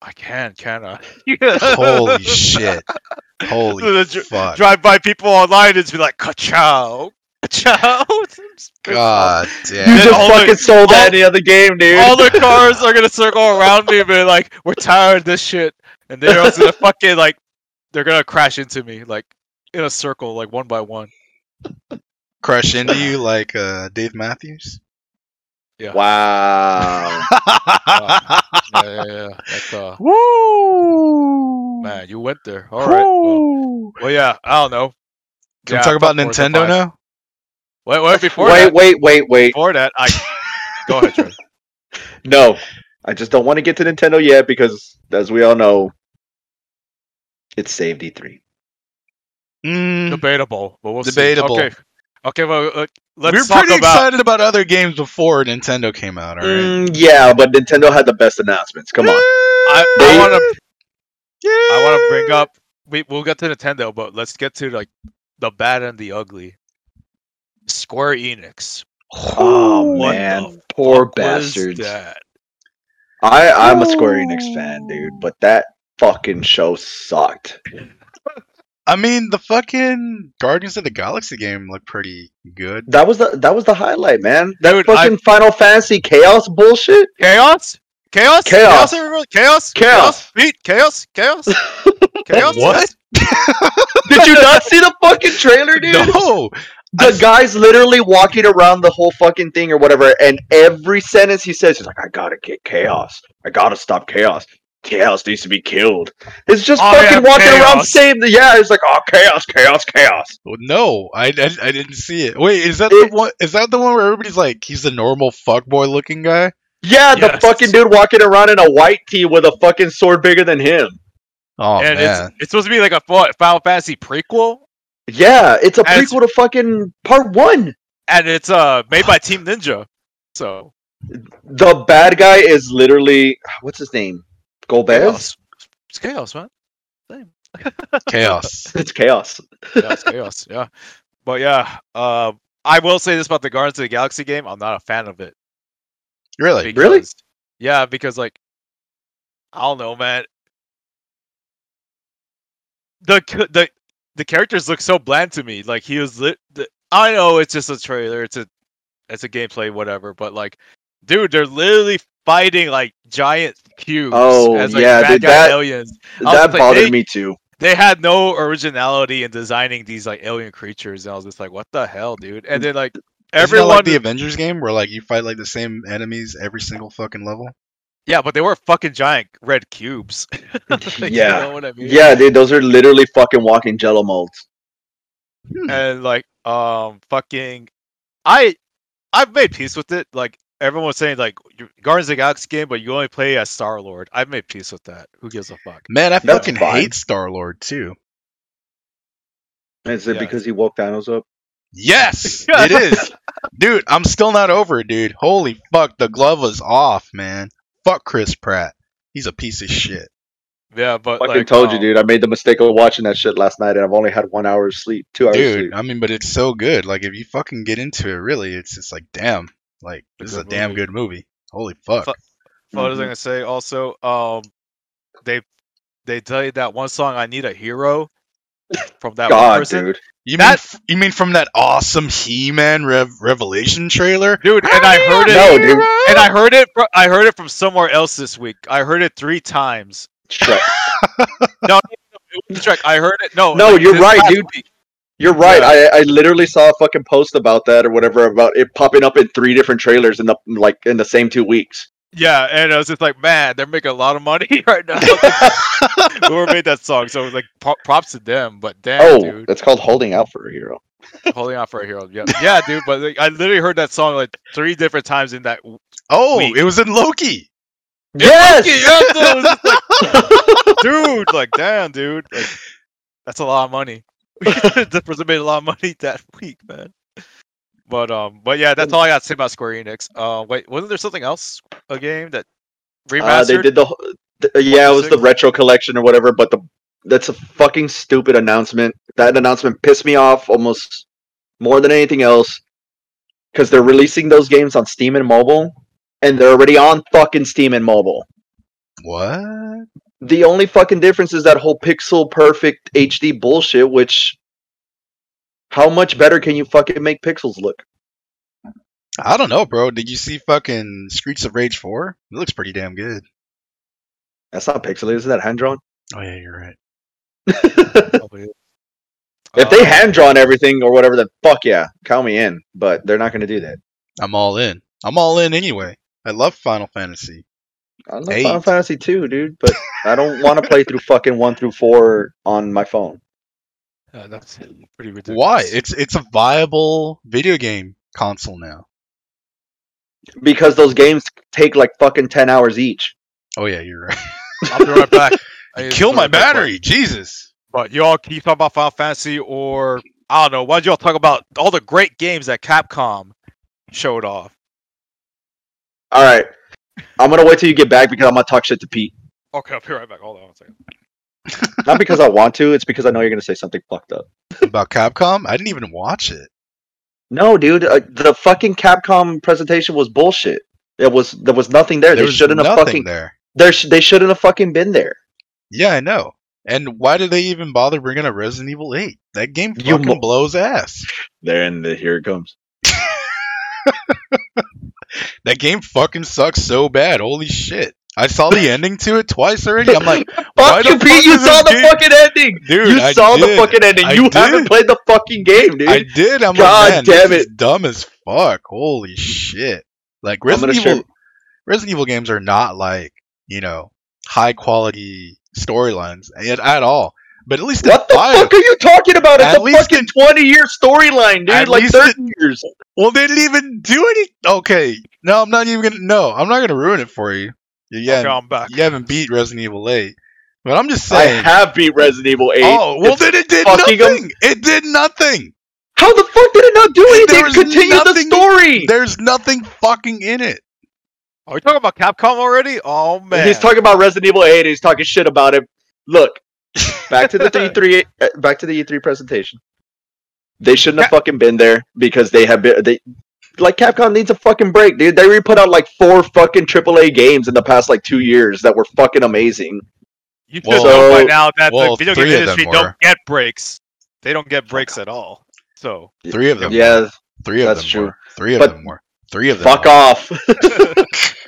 I can, can I?
Holy shit! Holy
The dr-
fuck!
Drive by people online and be like ka-chow, ka-chow.
God
you
damn!
Dude,
just
all
fucking
the-
sold
all-
any other game, dude.
All the cars are gonna circle around me and be like, "We're tired of this shit," and they're also gonna fucking like, they're gonna crash into me like in a circle, like one by one.
Crush into you like uh, Dave Matthews.
wow.
Yeah, yeah, yeah. That's, uh,
Woo!
man, you went there. All right. Well,
Woo!
well, yeah. I don't know.
Can
Yeah,
we talk about
fuck Forza
Nintendo
five.
now?
Wait, wait. Before
wait,
that,
wait, wait, wait.
before that, I go ahead. Trey.
No, I just don't want to get to Nintendo yet because, as we all know, it's saved E3.
Mm.
Debatable, but we'll see.
Debatable.
Okay. Okay. Well, uh, let's
we were
talk
pretty
about.
excited about other games before Nintendo came out. All right.
Mm, yeah, but Nintendo had the best announcements. Come on.
I,
They-
I want to I want to bring up. We we'll get to Nintendo, but let's get to like the bad and the ugly. Square Enix.
Oh
What
man,
the
poor
What is
bastards.
that?
I I'm a Square Enix fan, dude, but that fucking show sucked.
I mean, the fucking Guardians of the Galaxy game looked pretty good.
That was the that was the highlight, man. That
Dude, I-
fucking Final Fantasy Chaos bullshit.
Chaos. Chaos.
Chaos.
Chaos. everyone? Chaos.
Chaos.
Beat. Chaos. Chaos. Chaos.
What?
Did you not see the fucking trailer, dude?
No,
the guy's literally walking around the whole fucking thing or whatever, and every sentence he says, he's like, I gotta get chaos. I gotta stop chaos. chaos needs to be killed. It's just
Oh,
fucking
yeah,
walking around
Chaos.
saying, the, yeah, it's like, oh, chaos, chaos, chaos.
Well, No, I, I I didn't see it. Wait, is that
It-
the one? Is that the one where everybody's like, he's the normal fuckboy looking guy?
Yeah, the
Yes.
fucking dude walking around in a white tee with a fucking sword bigger than him.
Oh man,
and it's, it's supposed to be like a Fi- Final Fantasy prequel,
Yeah, it's a
As-
prequel to fucking part one.
and it's uh made by Team Ninja. So
The bad guy is literally what's his name? Golbez?
chaos, it's chaos, man.
chaos.
It's chaos.
Yeah, it's chaos. Yeah, but yeah, uh, I will say this about the Guardians of the Galaxy game. I'm not a fan of it.
Really?
really?
because- Yeah, because like I don't know, man. The c- the the characters look so bland to me. Like he was lit. The, I know it's just a trailer. It's a it's a gameplay, whatever. But like, dude, they're literally fighting like giant cubes
Oh,
as like
yeah,
bad
dude,
guy
that-
aliens. was
That
like,
bothered
they-
me too.
They had no originality in designing these like alien creatures, and I was just like, what the hell, dude? And then like
Everyone
everyone,
like the Avengers game where like you fight like the same enemies every single fucking level.
yeah, but they were fucking giant red cubes. Like, you
Yeah.
know what I mean?
Yeah, dude, those are literally fucking walking jello molds.
and like um fucking i i've made peace with it like everyone was saying like you- guardians of the galaxy game but you only play as star lord i've made peace with that who gives a fuck
Man, I
That's
fucking
fine.
hate Star Lord too.
Is it
Yeah.
because he woke Thanos up?
Yes, it is, dude. I'm still not over it, dude. Holy fuck, the glove was off, man. Fuck Chris Pratt. He's a piece of shit.
yeah but
Fucking
like,
told you,
um,
dude. I made the mistake of watching that shit last night, and I've only had one hour of sleep, two hours of
dude
sleep.
i mean but it's so good like if you fucking get into it really it's just like damn like this
It's
is
a
a
good
damn
movie.
good movie holy fuck
Fu- what was i
Mhm.
gonna say also um they they tell you that one song i need a hero from that one
God,
person
dude.
you mean
that-
f- you mean from that awesome he-man Rev- revelation trailer
dude, and i heard it
No, dude.
and i heard it fro- i heard it from somewhere else this week i heard it three times
Shrek.
It was Shrek. i heard it no
No,
like,
you're
this
right,
last
dude.
week.
You're right. I, I literally saw a fucking post about that or whatever about it popping up in three different trailers in the like in the same two weeks.
Yeah, and I was just like, man, they're making a lot of money right now. Whoever made that song, so it was like pro- props to them. But damn,
oh,
dude,
that's called holding out for a hero.
holding out for a hero. Yeah, yeah, dude. But like, I literally heard that song like three different times in that.
oh
Wait.
it was in loki
Yes.
Yeah, so it was just like, dude, like damn, dude, like, that's a lot of money. that person made a lot of money that week, man. But um, but yeah, that's all I got to say about Square Enix. Uh, wait, wasn't there something else? A game that remastered?
Uh, they did the wh- th- yeah, it was the
Six?
retro collection or whatever, but the that's a fucking stupid announcement. That announcement pissed me off almost more than anything else because they're releasing those games on Steam and mobile, and they're already on fucking Steam and mobile.
what
The only fucking difference is that whole pixel perfect HD bullshit, which how much better can you fucking make pixels look?
i don't know bro did you see fucking streets of rage 4 it looks pretty damn good
That's not pixelated, isn't that hand drawn?
oh yeah you're right
Probably.
if they
Oh, Uh,
hand drawn everything or whatever, then fuck yeah, count me in. But they're not gonna do that.
i'm all in i'm all in anyway i love final fantasy
I love
Eight.
Final Fantasy two, dude, but I don't want to play through fucking one through four on my phone.
Yeah, Uh, that's pretty ridiculous.
why it's it's a viable video game console now
Because those games take like fucking ten hours each.
oh yeah you're right
I'll be right back. I need to
kill
go
my
right back,
battery jesus
But, but y'all keep talking about Final Fantasy, or I don't know. Why don't y'all talk about all the great games that Capcom showed off?
Alright. I'm gonna wait till you get back because I'm gonna talk shit to Pete.
Okay, I'll be right back. Hold on one second.
Not because I want to, it's because I know you're gonna say something fucked up.
about capcom i didn't even watch it
No, dude, uh, the fucking Capcom presentation was bullshit. It was there was nothing there. they
was
shouldn't have
nothing
fucking
there.
there. Sh- they shouldn't have fucking been there.
Yeah, I know. And why did they even bother bringing up Resident Evil 8? That game
You
fucking
mo-
blows ass.
There and the, here it comes.
That game fucking sucks so bad. Holy shit. I saw the ending to it twice already. I'm like, Why
Fuck you,
the
Pete!
fuck
You
is
saw
this
the
game-
fucking ending.
dude,
You
I
saw the
did.
fucking ending.
I
you haven't
did.
played the fucking game, dude.
I did. I'm
God
like, man,
damn
this is dumb as fuck. Holy shit. Like
I'm gonna
Resident Evil,
share-
Resident Evil games are not like you know high quality storylines at, at all. But at least in
What the
five,
fuck are you talking about? It's
At
a
least
fucking twenty year storyline, dude.
At
Like
least
thirty years.
well, they didn't even do any. Okay, no, I'm not even gonna. No, I'm not gonna ruin it for you. You
Okay,
haven't,
I'm back.
you haven't beat Resident Evil 8, but I'm just
I
saying.
have beat Resident Evil Eight.
oh well,
It's-
then it did
fucking 'em.
nothing. It did nothing.
how the fuck did it not do
There
anything?
was
Continue the
nothing-
story.
There's nothing fucking in it.
Are we talking about Capcom already? Oh man.
He's talking about Resident Evil Eight. And he's talking shit about it. Look, back to the E three. Back to the E three presentation. They shouldn't have fucking been there because they have been. They like Capcom needs a fucking break, dude. They already put out like four fucking AAA games in the past like two years that were fucking amazing.
You should
Well,
know by
so-
now that
well,
the video
three
game
of them
industry
were.
don't get breaks. They don't get breaks at all. So
Three of them.
Yeah,
Three of
That's
them
true.
were. Three of
But-
them were. Three of them.
fuck
were.
off.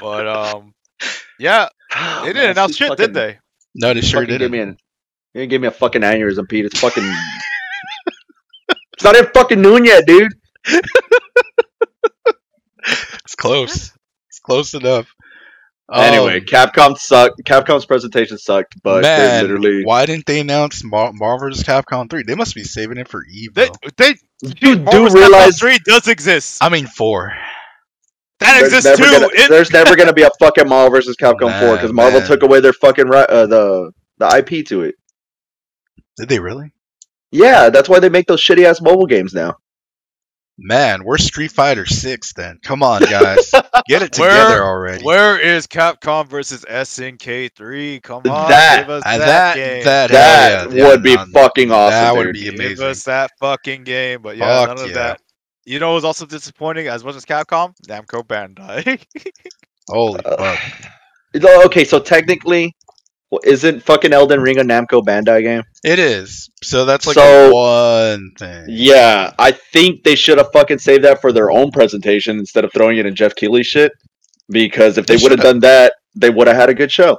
but um yeah,
Oh,
they didn't announce shit, did they?
No, they sure
fucking
did.
give me an, you give me a fucking aneurysm, Pete. It's fucking. it's not even fucking noon yet, dude.
It's close. It's close enough.
anyway,
Um,
Capcom sucked. Capcom's presentation sucked, but
man,
they literally.
why didn't they announce Mar- Marvel vs. Capcom three? They must be saving it for Eve.
They
though.
they
You do
Marvel's Capcom
realize
three does exist.
I mean four.
That
there's
exists too.
never, gonna,
It-
there's never gonna be a fucking Marvel versus Capcom four because
Man,
Marvel
man.
took away their fucking ri- uh, the the IP to it.
Did they really?
Yeah, that's why they make those shitty ass mobile games now.
Man, we're Street Fighter six. Then come on, guys, get it
Where-
together already.
Where is Capcom versus SNK three? Come on,
That-
give us
Uh,
that,
that
game.
that,
that
hell yeah, yeah,
would be
no,
fucking awesome.
That would
dude.
be
give
amazing.
us that fucking game. But yeah,
Fuck
none of
yeah.
that. You know, it was also disappointing as much as Capcom. Namco Bandai.
Holy
Uh,
fuck!
Though, Okay, so technically, well, isn't fucking Elden Ring a Namco Bandai game?
It is. So that's like
So-
one thing.
Yeah, I think they should have fucking saved that for their own presentation instead of throwing it in Jeff Keighley's shit. Because if
They
they, would have
should've.
done that, they would have had a good show.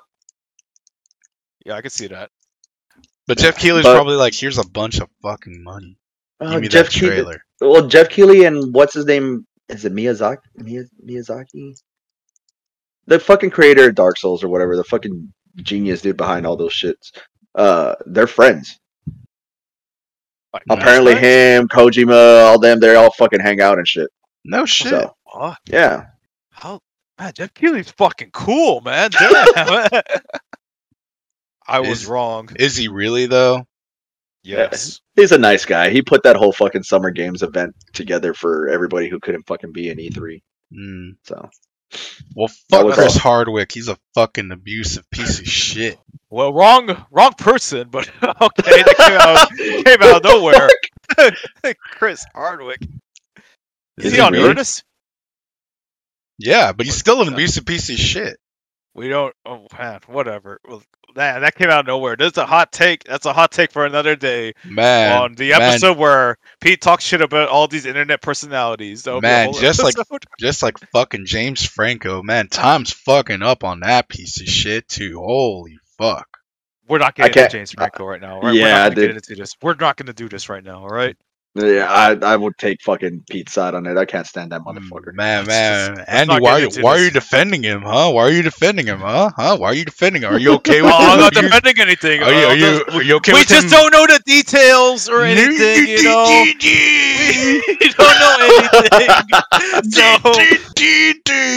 yeah, I can see that.
But Jeff Keighley's
but-
probably like, here's a bunch of fucking money. Give
Oh,
me
Jeff
that
Keighley.
trailer.
Well, Jeff Keighley and what's his name? Is it Miyazaki? Miya- Miyazaki? The fucking creator of Dark Souls or whatever. The fucking genius dude behind all those shits. Uh, they're friends.
Like,
Nice.
Apparently,
right?
him, Kojima, all them, they all fucking hang out and shit.
No shit.
So
Oh,
yeah.
how man, Jeff Keighley's fucking cool, man. Damn. I was
Is-
wrong.
Is he really though?
Yes.
he's a nice guy. He put that whole fucking summer games event together for everybody who couldn't fucking be in E3.
Mm.
So
Well,
That
fuck
was
Chris
all.
Hardwick. He's a fucking abusive piece of shit.
Well, wrong, wrong person, but okay, that came out, came out of nowhere. Chris Hardwick. Is,
Is
he,
he
on
really?
Uranus?
Yeah, but he's still an abusive piece of shit.
We don't. Oh man, whatever. Well, that that came out of nowhere. That's a hot take. That's a hot take for another day
Man,
on the
man.
episode where Pete talks shit about all these internet personalities. That'll be a
Man,
whole
just like-
episode.
just like fucking James Franco. Man, time's fucking up on that piece of shit too. Holy fuck.
we're not getting
I
into
can't-
James Franco right now. all Right?
Yeah,
we're not gonna get
dude.
into this. We're not going to do this right now. All right.
yeah, I, I would take fucking Pete's side on it. I can't stand that motherfucker.
Mm, Man,
Let's
man,
just- let's
Andy,
not
why
get
are you
into
why are
this.
you defending him, huh? Why are you defending him, huh? Huh? Why are you defending him? Are you okay with
Oh, I'm not
him?
defending anything.
Are you,
Uh,
are you,
those-
are you okay
we
with
just
him?
don't know the details or anything. You know, we don't know anything. so.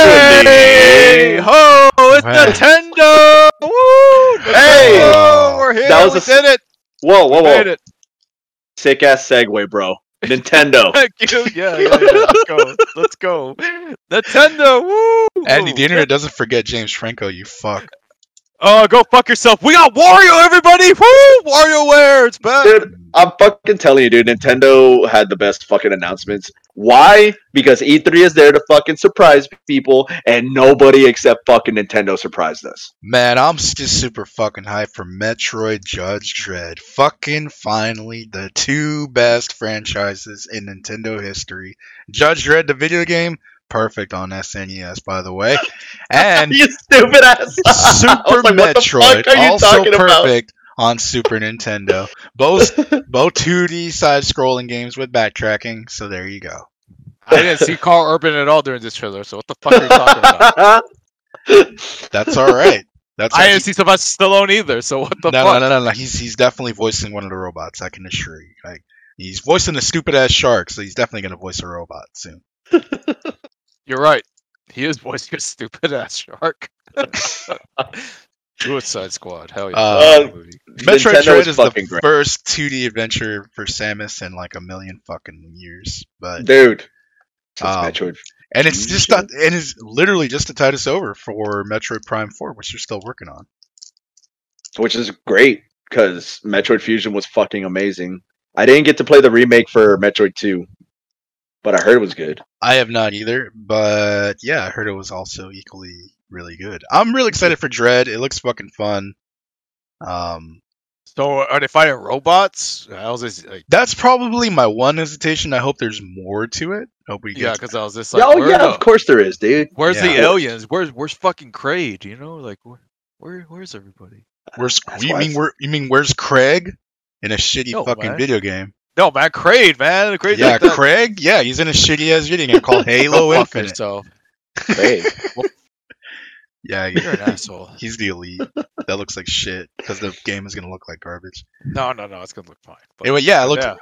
Hey
Hey!
ho! It's
Wow.
Nintendo. Woo!
Hey!
Nintendo, we're here.
That was
we
a-
did it.
Hmm.
Whoa, whoa,
We made
whoa!
it.
Sick ass segue, bro. Nintendo.
Thank you. Yeah, yeah, yeah. Let's go. Let's go. Nintendo. Woo!
Andy, the internet doesn't forget James Franco, you fuck.
Oh, go fuck yourself. We got Wario, everybody. Woo! WarioWare. It's back.
Dude, I'm fucking telling you, dude. Nintendo had the best fucking announcements. Why? Because E3 is there to fucking surprise people, and nobody except fucking Nintendo surprised us.
Man, I'm just super fucking hyped for Metroid Judge Dredd. Fucking finally, the two best franchises in Nintendo history. Judge Dredd, the video game, perfect on SNES, by the way. And
you stupid ass. I
Super
was like, what the
Metroid,
fuck are you
also
talking about?
perfect on Super Nintendo. Both both 2D side-scrolling games with backtracking. So there you go.
I didn't see Carl Urban at all during this trailer. So what the fuck are you talking about?
That's all right. That's
I didn't see Sylvester Stallone either. So what the
no,
fuck?
no, no, no, no. He's he's definitely voicing one of the robots. I can assure you. Like he's voicing a stupid ass shark, so he's definitely gonna voice a robot soon.
You're right. He is voicing a stupid ass shark. Suicide Squad. Hell yeah.
Uh,
That movie.
Metroid
Nintendo
Dread
is
is the
fucking great.
first 2D adventure for Samus in like a million fucking years, but
Dude. Since
Um,
Metroid.
and it's
you
just
sure?
not, and it's literally just to tide us over for Metroid Prime Four, which they're still working on.
Which is great because Metroid Fusion was fucking amazing. I didn't get to play the remake for Metroid 2, but I heard it was good.
I have not either, but yeah, I heard it was also equally really good. I'm really excited for Dread. It looks fucking fun. Um,
So are they fighting robots? I was just like,
that's probably my one hesitation. I hope there's more to it. Hope we
yeah,
get.
because I was just
Yeah,
like,
oh,
where
yeah,
the-
of course there is, dude.
Where's the
Yeah.
aliens? Where's where's fucking Kraid? You know, like where where where's everybody?
Where's
That's
you
why
mean?
it's-
Where, you mean where's Craig in a shitty
No,
fucking
man.
video game?
No man, Kraid, man, Kraid.
yeah,
like that.
Craig. Yeah, he's in a shitty ass video game called
Go
Halo
fuck
Infinite.
yourself.
Hey,
Yeah,
You're
he-
an asshole.
he's the elite. That looks like shit because the game is gonna look like garbage.
No, no, no, it's gonna look fine. But,
Anyway, yeah, it looked
yeah.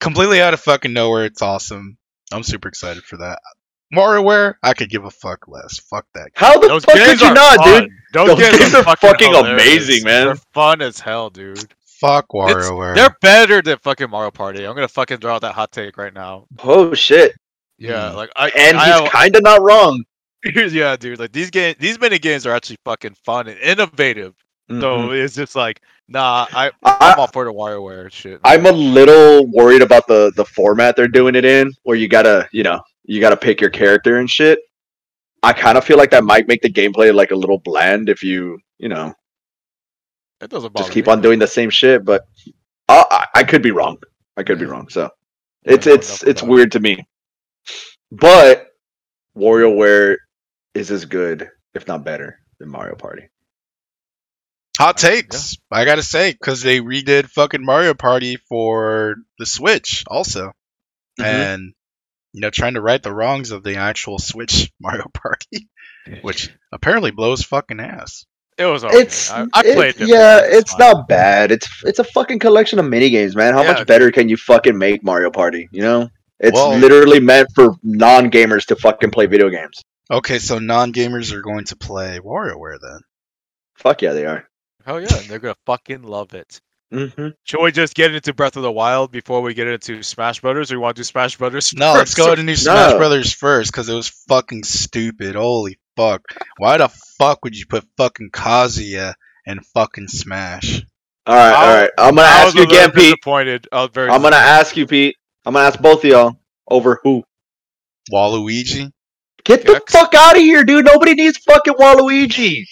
completely out of fucking nowhere. It's awesome. I'm super excited for that. MarioWare, I could give a fuck less. Fuck that.
how the
Those
fuck
games
could you
are
not,
fun.
dude?
Those,
Those
games,
games
are
are
fucking,
fucking
hilarious.
amazing, man.
They're fun as hell, dude.
Fuck WarioWare.
They're better than fucking Mario Party. I'm gonna fucking throw out that hot take right now.
Oh shit!
Mm.
Yeah, like I
And
I
he's
have-
kind of not wrong.
yeah, dude. Like these games, these mini games are actually fucking fun and innovative.
Mm-hmm.
Mhm.
So it's just like, nah, I I'm
I,
all for the WarioWare shit.
I'm a little worried about the the format they're doing it in, where you gotta, you know, you gotta pick your character and shit. I kind of feel like that might make the gameplay like a little bland if you, you know,
It doesn't bother
just keep
me.
on doing the same shit. But I, I, I could be wrong. I could be wrong. So
Yeah,
it's
no,
it's
no,
it's
no.
weird to me. But WarioWare is as good, if not better, than Mario Party.
Hot takes. I gotta say, because they redid fucking Mario Party for the Switch also, Mm-hmm.
Eh,
and you know, trying to right the wrongs of the actual Switch Mario Party, which apparently blows fucking ass.
It was okay.
It's
I, I
it-
played it.
yeah,
It's
it's
fine.
not bad. It's it's a fucking collection of mini games, man. How
Yeah,
much better can you fucking make Mario Party? You know, it's
Well-
literally meant for non gamers to fucking play video games.
Okay, so non gamers are going to play WarioWare then.
Fuck yeah, they are.
Hell yeah, and they're gonna fucking love it.
Mm-hmm.
Should we just get into Breath of the Wild before we get into Smash Brothers? Or we want to do Smash Brothers?
No, let's
first?
go ahead and do Smash
No.
Brothers first because it was fucking stupid. Holy fuck! Why the fuck would you put fucking Kazuya and fucking Smash?
All right,
I-
all right. I'm gonna
I was
ask you
a little
again, Pete.
Disappointed. I was very.
I'm gonna ask you, Pete. I'm gonna ask both of y'all over who.
Waluigi.
Get
Gex?
the fuck out of here, dude. Nobody needs fucking Waluigi.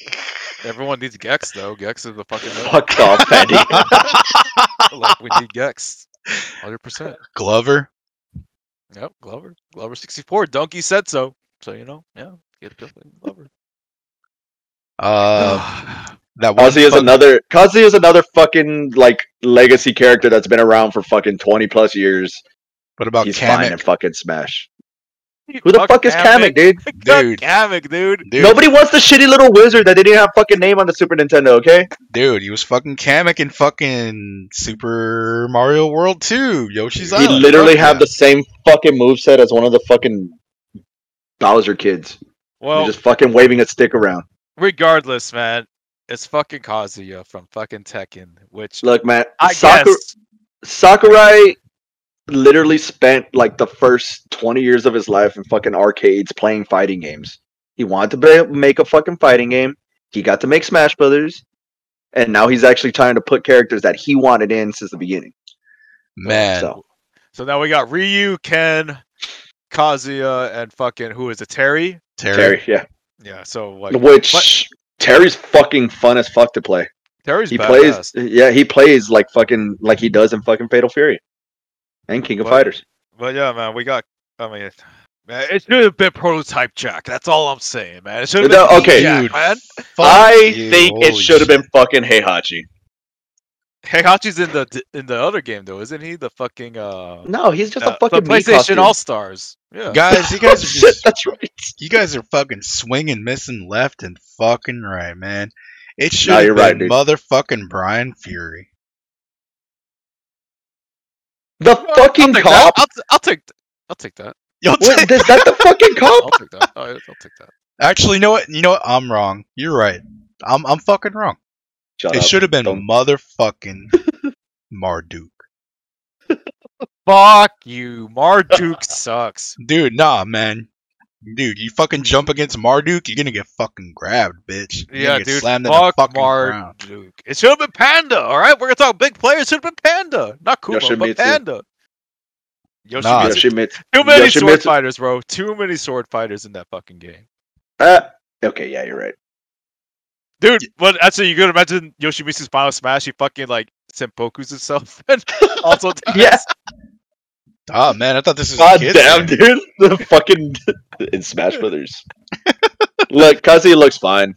Everyone needs Gex though. Gex is the fucking. man.
Fuck off, Eddie.
like we need Gex. Hundred percent.
Glover.
Yep. Glover. Glover sixty four. Donkey said so. So you know. Yeah. Get the fucking Glover.
Uh, that one
Kazi is
fuck-
another. Kazi is another fucking like legacy character that's been around for fucking twenty plus years.
What
Oh,
about
He's fine in
Kamek?
fucking Smash. Who the fuck is Kamek, dude?
Dude.
Dude. Kamek, dude.
Dude,
Nobody wants the shitty little wizard that they didn't have fucking name on the Super Nintendo. Okay.
dude, he was fucking Kamek in fucking Super Mario World 2, Yoshi's
he
Island.
literally
Fuck
have
yeah.
the same fucking moveset as one of the fucking Bowser kids.
Well,
He's just fucking waving a stick around.
regardless, man, it's fucking Kazuya from fucking Tekken, which
Look, man.
I
Sakura-
guess
Sakurai literally spent like the first 20 years of his life in fucking arcades playing fighting games. He wanted to ba- make a fucking fighting game. He got to make Smash Brothers. And now he's actually trying to put characters that he wanted in since the beginning.
Man,
So,
so. Now we got Ryu, Ken, Kazuya, and fucking who is it? Terry.
Terry.
Terry, yeah.
Yeah. So like
Which
but-
Terry's fucking fun as fuck to play.
Terry's
He
badass.
plays yeah, he plays like fucking like he does in fucking Fatal Fury. And King of
But-
Fighters.
But yeah, man, we got. I mean, man, it should have been prototype Jack. That's all I'm saying, man. It should have
No,
been
okay.
Jack,
Dude.
man.
Fuck
I
you,
think it
holy
should have
shit.
been fucking Heihachi.
Heihachi's in the in the other game though, isn't he? The fucking uh,
No, he's just
uh,
a fucking
the
Mii
PlayStation
costume.
All Stars. Yeah.
Guys, you guys are
Oh, Shit,
just,
that's right.
you guys are fucking swinging, missing left and fucking right, man. It should
Nah,
have
you're
been
right, dude.
motherfucking Brian Fury.
The
I'll
fucking
take that.
cop.
I'll, t- I'll take. th- I'll take that.
You'll
What, is that the fucking
I'll
cop?
take that. I'll, I'll take that.
Actually, you know what? You know what? I'm wrong. You're right. I'm I'm fucking wrong.
Shut
It
up.
should have been
Uh, Don't-
motherfucking Marduk.
Fuck you, Marduk sucks.
Dude, nah, man. Dude, you fucking jump against Marduk, you're gonna get fucking grabbed, bitch. You're
Yeah,
gonna get
dude.
slammed in the
Fuck
fucking ground.
Marduk. It should have been Panda. All right, we're gonna talk big players. It should have been Panda, not Kuma,
Yoshimitsu.
but Panda.
Nah,
Yoshimitsu.
Yoshimitsu.
Too many sword
Yoshimitsu-
fighters, bro. Too many sword fighters in that fucking game.
Uh, okay, yeah, you're right.
Dude, but actually, you could imagine Yoshimitsu's final smash. He fucking like senpokus himself and also dies.
Yeah.
Ah, man, I thought this was a
God
kid's
damn,
game.
dude. The fucking in Smash Brothers. Look, Kazi looks fine.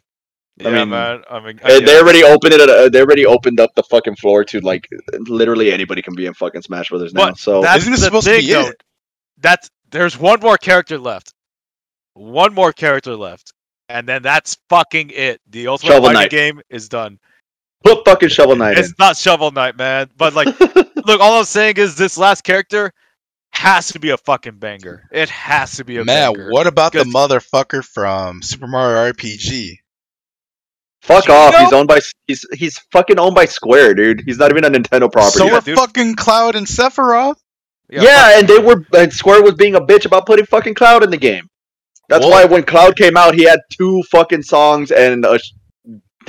I
Yeah,
mean,
man. I mean, I
They,
guess.
they already opened it. Uh, they already opened up the fucking floor to like literally anybody can be in fucking Smash Brothers now.
But
so
that's
Isn't this
the
supposed to
thing,
be
though.
it?
That's there's one more character left. One more character left, and then that's fucking it. The Ultimate
Shovel
Fighting
Knight.
game is done.
put fucking Shovel Knight
It's
in.
not Shovel Knight, man. But like, look, all I'm saying is this last character has to be a fucking banger. It has to be a
Man,
banger.
what about the
Because-
motherfucker from Super Mario RPG?
Fuck off.
know-
He's owned by he's he's fucking owned by Square, dude. He's not even a Nintendo property.
so
yeah,
are
dude.
fucking Cloud and Sephiroth?
yeah, and they were and Square was being a bitch about putting fucking Cloud in the game. That's
Well-
why when Cloud came out, he had two fucking songs and a sh-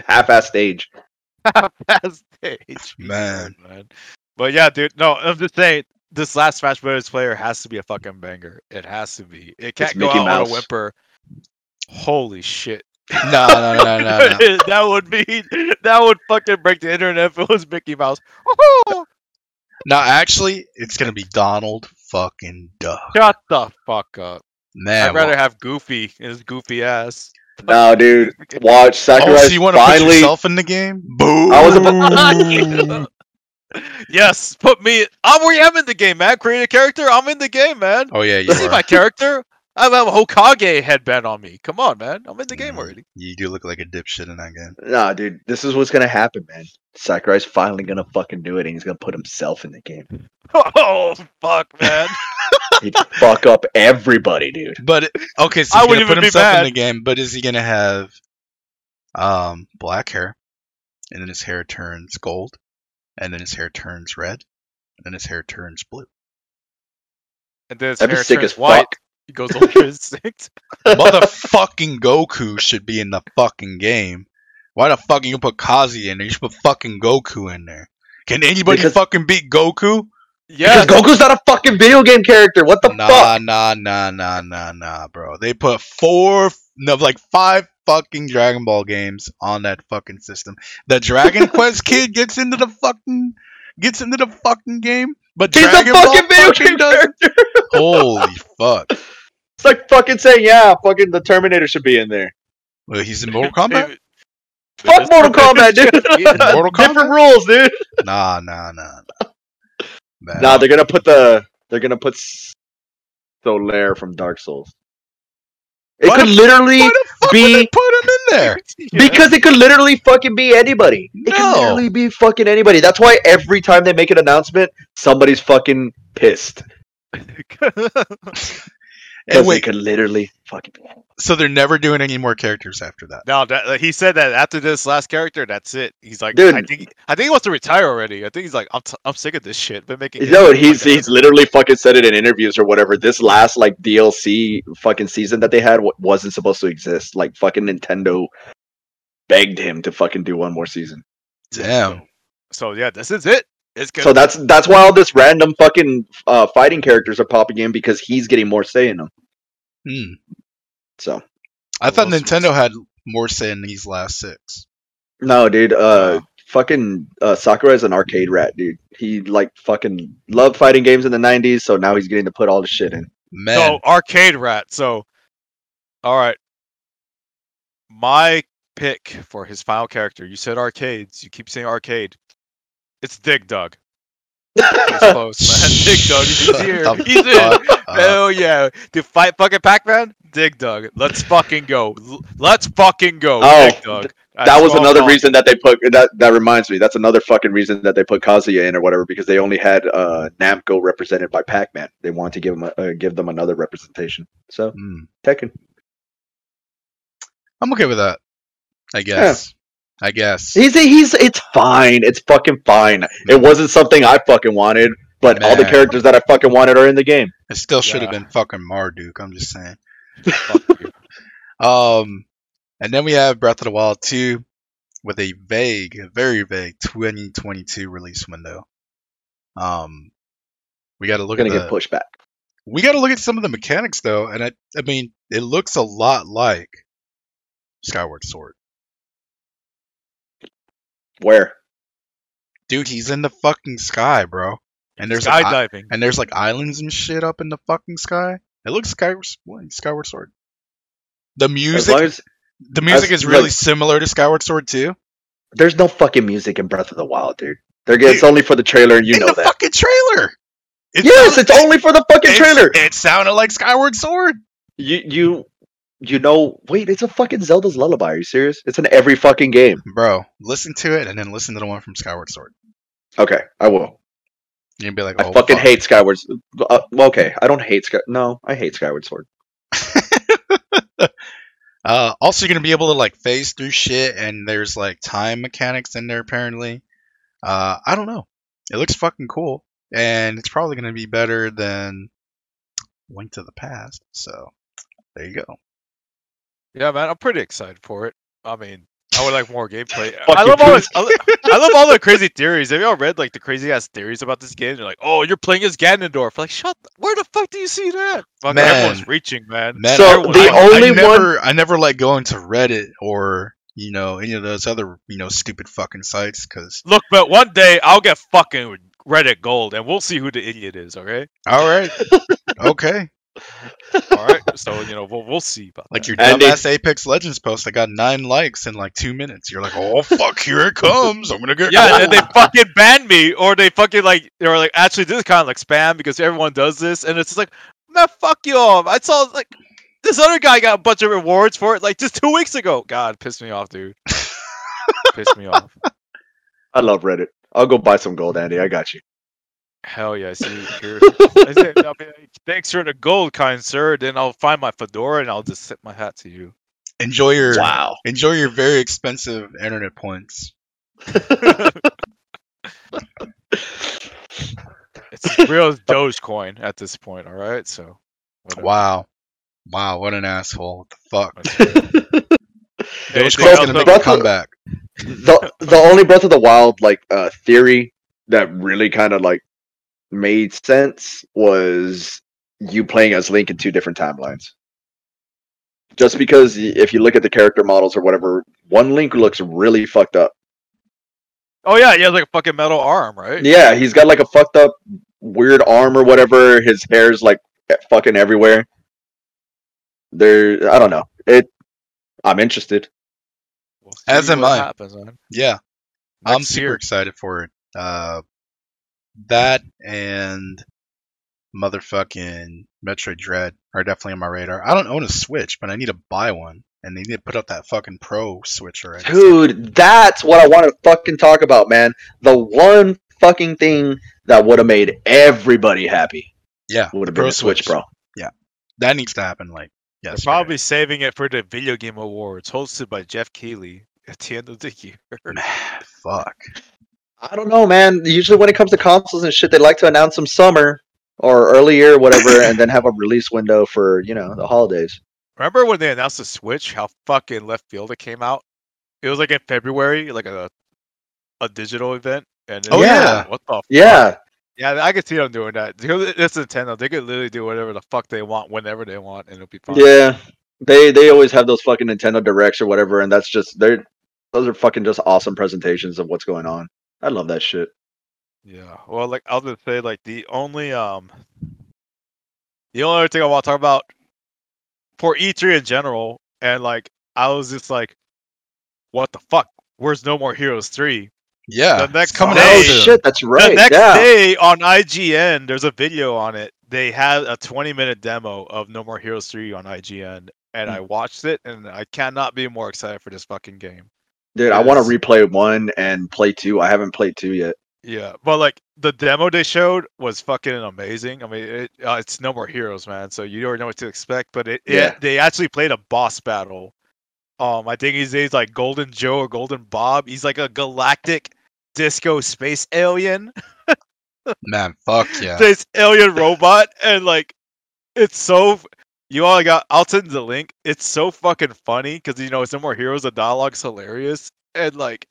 half-ass stage.
That's the age we
Man.
are, man. But yeah, dude. No, I'm just saying this last Smash Brothers player has to be a fucking banger. It has to be. It can't go
Mickey
out on
Mouse.
a whimper. Holy shit!
No, no, no, no, no, no.
that would be that would fucking break the internet if it was Mickey Mouse. Woohoo!
No, actually, it's gonna be Donald fucking Duck.
Shut the fuck up.
Man,
I'd rather have Goofy and his goofy ass.
No, dude. Watch Sakurai
oh, so you want to put
finally.
yourself in the game? Boo!
I was
yes, put me. I'm where I'm in the game, man. Create a character. I'm in the game, man.
oh yeah, you
You see
are.
my character? I have a Hokage headband on me. Come on, man. I'm in the game
Mm.
already.
You do look like a dipshit in that game.
Nah, dude. This is what's gonna happen, man. Sakurai's finally gonna fucking do it, and he's gonna put himself in the game.
Oh fuck, man.
He'd fuck up everybody, dude.
But okay, so
I
he's gonna
wouldn't
put
even be
himself in
mad.
the game. But is he gonna have um black hair, and then his hair turns gold, and then his hair turns red, and then his hair turns blue?
and then his
That'd be
hair
sick
turns
as
white.
fuck.
He goes ultra instinct.
Motherfucking Goku should be in the fucking game. Why the fuck you put Kazi in there? You should put fucking Goku in there. Can anybody
Because-
fucking beat Goku?
Yeah.
Because Goku's not a fucking video game character. What the
Nah,
fuck?
nah, nah, nah, nah, nah, bro. They put four, no, like five fucking Dragon Ball games on that fucking system. The Dragon Quest kid gets into the fucking, gets into the fucking game, but
He's
Dragon
a
Ball
fucking video
fucking
game
doesn't.
character.
Holy fuck!
It's like fucking saying, yeah, fucking the Terminator should be in there.
Well, he's in Mortal Kombat.
Dude,
Fuck
this
Mortal
fucking
Kombat, dude.
shit.
Mortal
Different
Kombat?
rules, dude.
Nah, nah, nah. nah. Man,
Nah, they're gonna put the they're gonna put S- Solaire from Dark Souls. It
Why
could
the-
literally
why the fuck would
be-
they put him in there?
Yeah.
Because it could literally fucking be anybody. It could
No.
literally be fucking anybody. That's why every time they make an announcement, somebody's fucking pissed.
And
Because it
wait,
could literally fucking be anybody.
so they're never doing any more characters after that.
no, that, he said that after this last character, that's it. He's like, I
Dude.
think I think he wants to retire already. I think he's like, I'm, t- I'm sick of this shit. Been making
No, he's he's literally fucking said it in interviews or whatever. This last like DLC fucking season that they had wa- wasn't supposed to exist. Like fucking Nintendo begged him to fucking do one more season.
Damn.
So yeah, this is it. It's gonna
So that's that's why all this random fucking uh, fighting characters are popping in because he's getting more say in them.
Hmm.
So
I thought
Well, it's-
Nintendo had more say in these last six.
No, dude. Uh,
Wow.
fucking uh, Sakura is an arcade rat, dude. He like fucking loved fighting games in the '90s, so now he's getting to put all the shit in.
Man,
So arcade rat. So, all right. My pick for his final character. You said arcades. You keep saying arcade. It's Dig Dug. It's close, man. Dig Dug is
Shut
here.
the
He's in.
fuck up.
Hell yeah. To fight fucking Pac Man? Dig Dug. Let's fucking go. L- Let's fucking go.
Oh,
Dig Dug.
that was another reason that they put that. That reminds me. That's another fucking reason that they put Kazuya in or whatever because they only had uh, Namco represented by Pac Man. They wanted to give them a, uh, give them another representation. So
Hmm.
Tekken.
I'm okay with that. I guess. I guess.
He's he's it's fine. It's fucking fine. It wasn't something I fucking wanted, but all the
Man.
characters that I fucking wanted are in the game.
It still should have
Yeah.
been fucking Marduk. I'm just saying.
reason.
Um, and then we have Breath of the Wild 2 with a vague, very vague 2022 release window. Um, we got to look
gonna
at
get
the,
pushed back.
we got to look at some of the mechanics though, and I, I mean, it looks a lot like Skyward Sword.
Where?
Dude, he's in the fucking sky, bro. And there's like, i-
skydiving.
and there's like islands and shit up in the fucking sky. It looks Skyward Skyward Sword. The
As
music,
long as
the music is
like-
really similar to Skyward Sword too.
there's no fucking music in Breath of the Wild, dude. They're, it's only for the trailer, and you
in
know
the
that.
fucking trailer. It
yes,
sounded-
it's only for the fucking
it's-
trailer.
It sounded like Skyward Sword.
You you you know. Wait, it's a fucking Zelda's lullaby. Are you serious? It's in every fucking game.
Bro, listen to it and then listen to the one from Skyward Sword.
Okay, I will.
You'd be like,
I
oh,
fucking
fuck.
hate Skyward. S- Uh, well, okay, I don't hate Sky. No, I hate Skyward Sword.
Uh, also, you're gonna be able to like phase through shit, and there's like time mechanics in there apparently. Uh, I don't know. It looks fucking cool, and it's probably gonna be better than Link to the Past. So there you go.
Yeah, man, I'm pretty excited for it. I mean, I would like more gameplay. I
Fucking
love all.
please.
the- I, lo- I love all the crazy theories. Have y'all read like the crazy ass theories about this game? They're like, "Oh, you're playing as Ganondorf." Like, shut. The, where the fuck do you see that? Fuck, everyone's
Man.
reaching, man.
Man,
So,
everyone-
the
only
I
one-
never, I never like going to Reddit or you know any of those other you know stupid fucking sites because
Look, but one day I'll get fucking Reddit gold, and we'll see who the idiot is. Okay.
All right. okay.
All right. So you know, we'll we'll see about
Like
that.
your
And
dumbass Apex Legends post, I got nine likes in like two minutes. You're like, oh fuck, here it comes. I'm gonna get.
Yeah, and then they fucking banned me, or they fucking like they were like, actually, this is kind of like spam because everyone does this, and it's just like, man, fuck you all. I saw like this other guy got a bunch of rewards for it like just two weeks ago. God, pissed me off, dude. pissed me off.
I love Reddit. I'll go buy some gold, Andy. I got you.
Hell yeah, see here. I say, I'll be like, Thanks for the gold, kind sir. Then I'll find my fedora and I'll just tip my hat to you.
enjoy your
Wow.
enjoy your very expensive internet points.
It's as real as Dogecoin at this point. All right, so whatever.
Wow, wow, what an asshole! What the fuck?
Anything
Dogecoin's
else
gonna make a
about-
That's-
comeback.
the the only Breath of the Wild like uh, theory that really kind of like made sense was you playing as Link in two different timelines. Just because y- if you look at the character models or whatever, one Link looks really fucked up.
Oh yeah, he has like a fucking metal arm, right?
Yeah, he's got like a fucked up weird arm or whatever. His hair's like fucking everywhere. There, I don't know. It, I'm interested.
We'll see
As am
what
I.
Happens, man.
Yeah, I'm
Next
super
year.
excited for it. Uh, that and motherfucking Metroid Dread are definitely on my radar. I don't own a Switch, but I need to buy one, and they need to put out that fucking Pro Switch already.
Dude, that's what I want to fucking talk about, man. The one fucking thing that would have made everybody happy
yeah,
would have
Pro
been a Switch,
Switch.
bro.
that needs to happen. Like,
They're
yes,
probably saving it for the Video Game Awards hosted by Jeff Keighley at the end of the year.
fuck.
I don't know, man. Usually when it comes to consoles and shit, they like to announce them summer or earlier, whatever, and then have a release window for, you know, the holidays.
Remember when they announced the Switch? How fucking left field it came out. It was like in February, like a a digital event. And then
Oh,
it's
yeah.
like, What the? F-?
Yeah.
Yeah, I could see them doing that. Because It's Nintendo. They could literally do whatever the fuck they want, whenever they want, and it'll be fine.
Yeah. They they always have those fucking Nintendo Directs or whatever, and that's just they're those are fucking just awesome presentations of what's going on. I love that shit.
Yeah. Well, like I'll just say, like the only um, the only other thing I want to talk about for E3 in general, and like I was just like, what the fuck? Where's No More Heroes three?
Yeah,
The next
it's coming
day-
out
Oh
Hey.
soon.
shit, that's right.
the next
yeah.
day on IGN, there's a video on it. They had a 20 minute demo of No More Heroes 3 on IGN, and
Mm.
I watched it, and I cannot be more excited for this fucking game.
Dude, I want to
Yes.
replay one and play two. I haven't played two yet.
Yeah, but like the demo they showed was fucking amazing. I mean, it, uh, it's No More Heroes, man, so you already know what to expect. But it, yeah,
Yeah.
they actually played a boss battle. Um, I think his name's like Golden Joe or Golden Bob. He's like a galactic disco space alien.
Man, fuck yeah.
this alien robot and like it's so you all got i'll send the link it's so fucking funny because you know it's no more heroes the dialogue's hilarious and like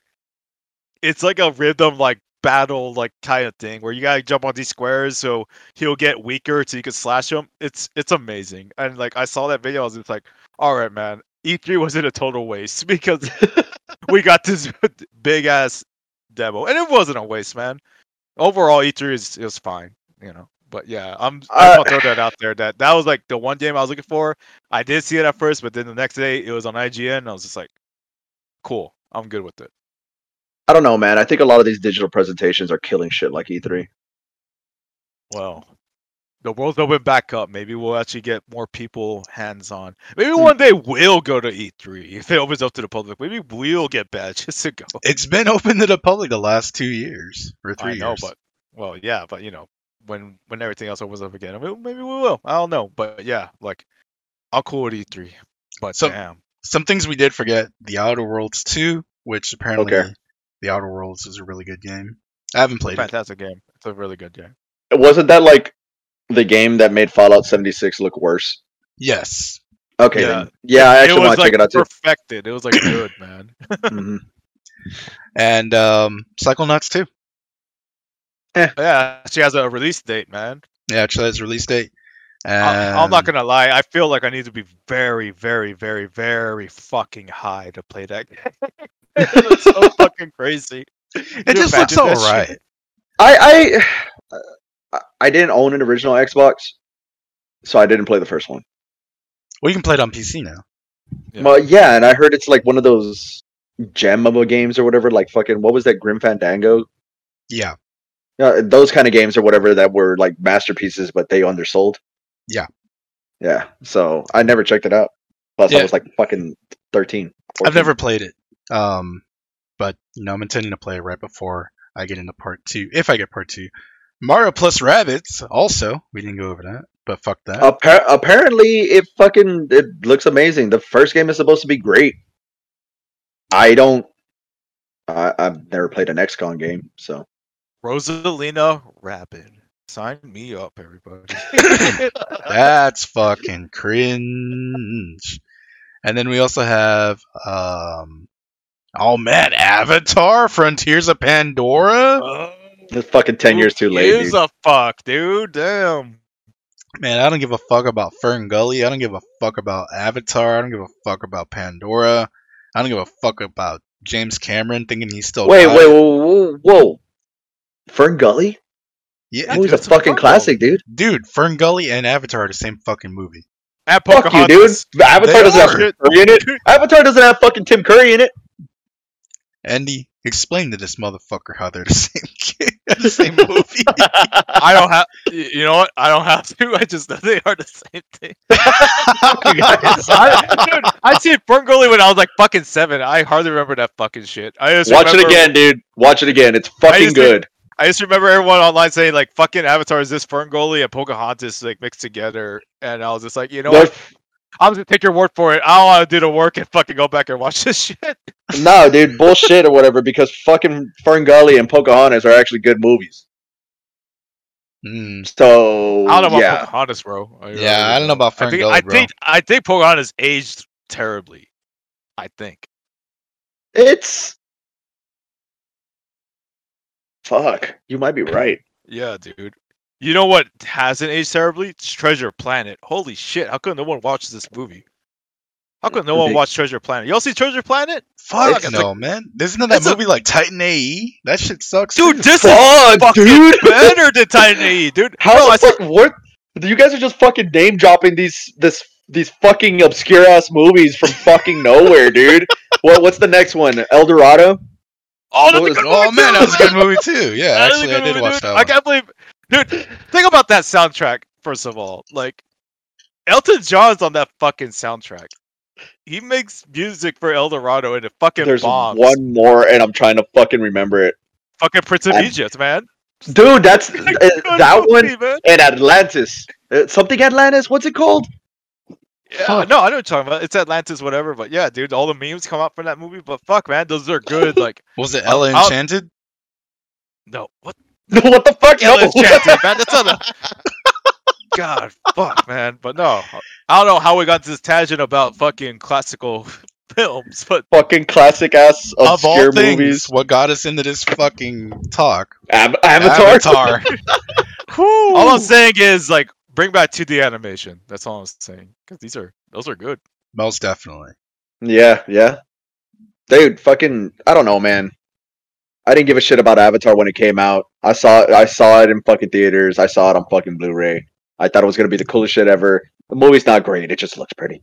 it's like a rhythm like battle like kind of thing where you gotta jump on these squares so he'll get weaker so you can slash him it's it's amazing and like i saw that video i was just like all right man e3 wasn't a total waste because we got this big ass demo and it wasn't a waste man overall e3 is is fine you know but yeah i'm i
Uh,
just want to throw that out there that that was like the one game i was looking for i did see it at first but then the next day it was on ign and i was just like cool i'm good with it
I don't know, man. I think a lot of these digital presentations are killing shit like E E3.
well the world's open back up maybe we'll actually get more people hands on maybe one day we'll go to e3 if it opens up to the public maybe we'll get badges to go
It's been open to the public the last two years or three
I know,
years.
but well, yeah, but you know, when when everything else opens up again, I mean, maybe we will. I don't know, but yeah, like I'll call it E3. But
So-
damn,
Some things we did forget: The Outer Worlds 2, which apparently
Okay.
The Outer Worlds is a really good game. I haven't played it.
fantastic game. It's a really good game.
Wasn't that like the game that made Fallout 76 look worse?
Yes,
Okay.
Yeah.
then. yeah I
it
actually want
was
to
like
check it out too.
perfected. It was like good, man.
Mhm.
and um, Psychonauts 2.
Yeah, she has a release date, man.
Yeah, actually has a release date.
I, I'm not
And-
gonna lie. I feel like I need to be very, very, very, very fucking high to play that game. it looks so fucking crazy.
It just looks alright.
I, I I I didn't own an original Xbox, so I didn't play the first one.
Well, you can play it on PC now.
Yeah.
Well, yeah, and I heard it's like one of those gem of games or whatever. Like fucking what was that Grim Fandango?
Yeah,
Uh, those kind of games or whatever that were like masterpieces, but they undersold.
Yeah.
Yeah. So I never checked it out. Plus,
Yeah.
I was like fucking thirteen.
I've
14.
never played it. Um, but you know, I'm intending to play it right before I get into part two, if I get part two. Mario plus rabbits. Also, we didn't go over that, but fuck that.
Appar- apparently, it fucking it looks amazing. The first game is supposed to be great. I don't. I, I've never played an XCON game, so
Rosalina Rapid. Sign me up, everybody.
That's fucking cringe. And then we also have um Oh man, Avatar Frontiers of Pandora?
it's fucking ten years too late.
Is
dude.
a fuck, dude. Damn.
Man, I don't give a fuck about Fern Gully. I don't give a fuck about Avatar. I don't give a fuck about Pandora. I don't give a fuck about James Cameron thinking he's
Oh,
still
wait,
God.
wait, whoa, whoa, whoa. Fern Gully?
Yeah,
That was a
that's a Fern
fucking classic, dude.
dude, Fern Gully and Avatar are the same fucking movie.
At
Fuck you, dude.
Pocahontas.
Avatar
They
doesn't have
are.
Tim Curry in it. Avatar doesn't have fucking Tim Curry in it.
Andy, explain to this motherfucker how they're the same kid, the same movie.
I don't have. y- You know what? I don't have to. I just know they are the same thing. I, dude, I seen Fern Gully when I was like fucking seven. I hardly remember that fucking shit. I just
Watch it
remember-
again, dude. Watch it again. It's
I
fucking
used to-
good.
I just remember everyone online saying like fucking Avatar is this Fern Gully and Pocahontas like mixed together, and I was just like, you know what?
They're-
I'm just gonna take your word for it. I don't want to do the work and fucking go back and watch this shit.
No, dude, bullshit or whatever, because fucking Fern Gully and Pocahontas are actually good movies.
Mm,
So,
I don't know about
yeah.
Pocahontas, bro. I
Yeah, I don't know about
I think,
Ferngully,
I
bro.
think I think Pocahontas aged terribly. I think.
It's. Fuck. You might be right.
Yeah, dude. You know what hasn't aged terribly? It's Treasure Planet. Holy shit! How come no one watches this movie? How come no one
Big-
watched Treasure Planet? Y'all see Treasure Planet?
fuck
It's
no, man. Isn't that
it's a-
movie like Titan AE? That shit sucks.
Dude,
too.
this is
Fuck,
fucking
dude.
better than Titan AE, dude.
How
Bro,
the
I said-
fuck? What? You guys are just fucking name dropping these this these fucking obscure ass movies from fucking nowhere, dude. What? What's the next one? El Dorado.
Oh,
What
that's a
was-
good
oh
movie,
man,
too!
that was a good movie too. Yeah,
That is a
actually,
good
I did
movie,
watch
dude.
that
I
one.
can't believe, dude. Think about that soundtrack first of all. Like Elton John's on that fucking soundtrack. He makes music for El Dorado and it fucking
There's
bombs.
one more, and I'm trying to fucking remember it.
fucking Prince of
I'm-
Egypt, man.
Dude, that's uh,
Good
that one
movie, man.
and Atlantis. Uh, something Atlantis. What's it called?
Yeah,
Fuck.
no, I know what you're talking about. It's Atlantis, whatever. But yeah, dude, all the memes come out from that movie. But fuck, man, those are good. Like,
Was it
I'll-
Ella
I'll-
Enchanted?
no, what?
what the fuck?
Kill
No.
no. Enchanted, man. That's not a... God, fuck, man. But no, I don't know how we got to this tangent about fucking classical films, but
fucking classic ass
Of all
obscure
things,
movies.
what got us into this fucking talk?
Ab- Avatar.
Avatar.
all I'm saying is like bring back 2D animation. That's all I'm saying because these are those are good.
Most definitely.
Yeah, yeah. Dude, fucking I don't know, man. I didn't give a shit about Avatar when it came out. I saw I saw it in fucking theaters. I saw it on fucking Blu-ray. I thought it was gonna be the coolest shit ever. The movie's not great. It just looks pretty.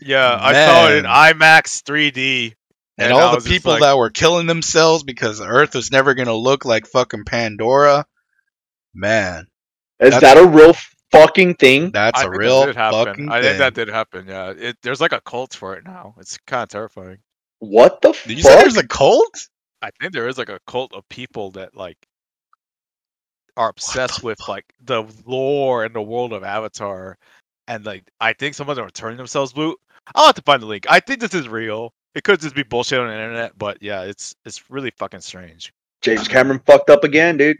Yeah, I saw it in
Man.
IMAX 3D.
And,
And I
all
was
the
just
people
like-
that were killing themselves because the Earth was never gonna look like fucking Pandora. Man,
Is
That's-
that a real fucking thing?
that's a
I think that
real
did happen.
fucking
I
thing.
think that did happen. Yeah, it, there's like a cult for it now. It's kind of terrifying.
What the
Did you say
fuck?
there's a cult?
I think there is like a cult of people that like are obsessed with like the lore and the world of Avatar, and like I think some of them are turning themselves blue. I'll have to find the link. I think this is real. It could just be bullshit on the internet, but yeah, it's it's really fucking strange.
James Cameron fucked up again, dude.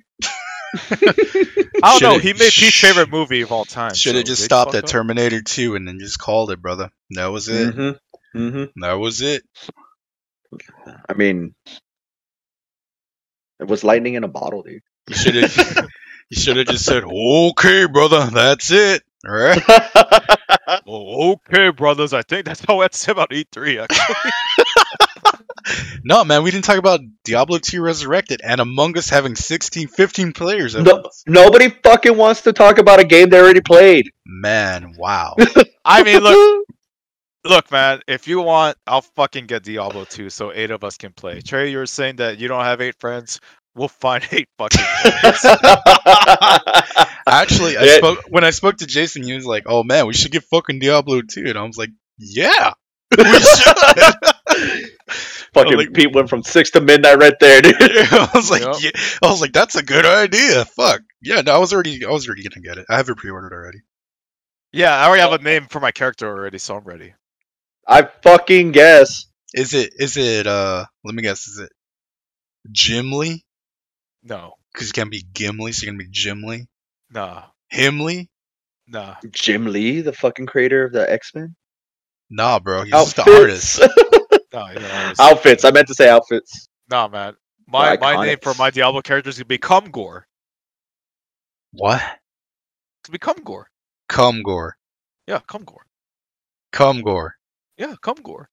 I don't
Shoulda-
know. He made Pete's
sh-
favorite movie of all time.
Should
so
have just
they
stopped
fucked
at
up.
Terminator 2 and then just called it, brother. That was it.
Mm-hmm. Mm-hmm.
That was it.
I mean it was lightning in a bottle, dude.
You should have. you should have just said, "Okay, brother, that's it." All right.
Well, Oh, okay, brothers. I think that's all I have to say about E E3. actually.
No, man, we didn't talk about Diablo 2 Resurrected and Among Us having 16, 15 players. At
No-
once.
Nobody fucking wants to talk about a game they already played.
Man, wow.
I mean, look, Look, man, if you want, I'll fucking get Diablo 2 so eight of us can play. Trey, you were saying that you don't have eight friends. We'll find eight fucking friends.
Actually, I
Yeah.
spoke when I spoke to Jason. He was like, "Oh man, we should get fucking Diablo 2," and I was like, "Yeah." we should."
fucking
Like-
Pete went from six to midnight right there, dude.
I was like,
Yep.
yeah. I was like, that's a good idea. Fuck. Yeah, no, I was already I was already gonna get it. I have it pre ordered already.
yeah, I already have a name for my character already, so I'm ready.
I fucking guess.
Is it is it uh let me guess, is it Jimly?
No,
Because you can't be Gimli, so you're gonna be Jimly.
nah,
Himly?
nah.
Jim Lee, the fucking creator of the X Men?
Nah, bro, he's just an artist.
Outfits.
Nah, you know, it's-
outfits. I meant to say outfits.
nah, man. My, my name
Iconic.
for my Diablo character is going to be Cumgore.
What?
It's going to be Cumgore.
Cumgore.
Yeah, Cumgore.
Cumgore.
Yeah, Cumgore.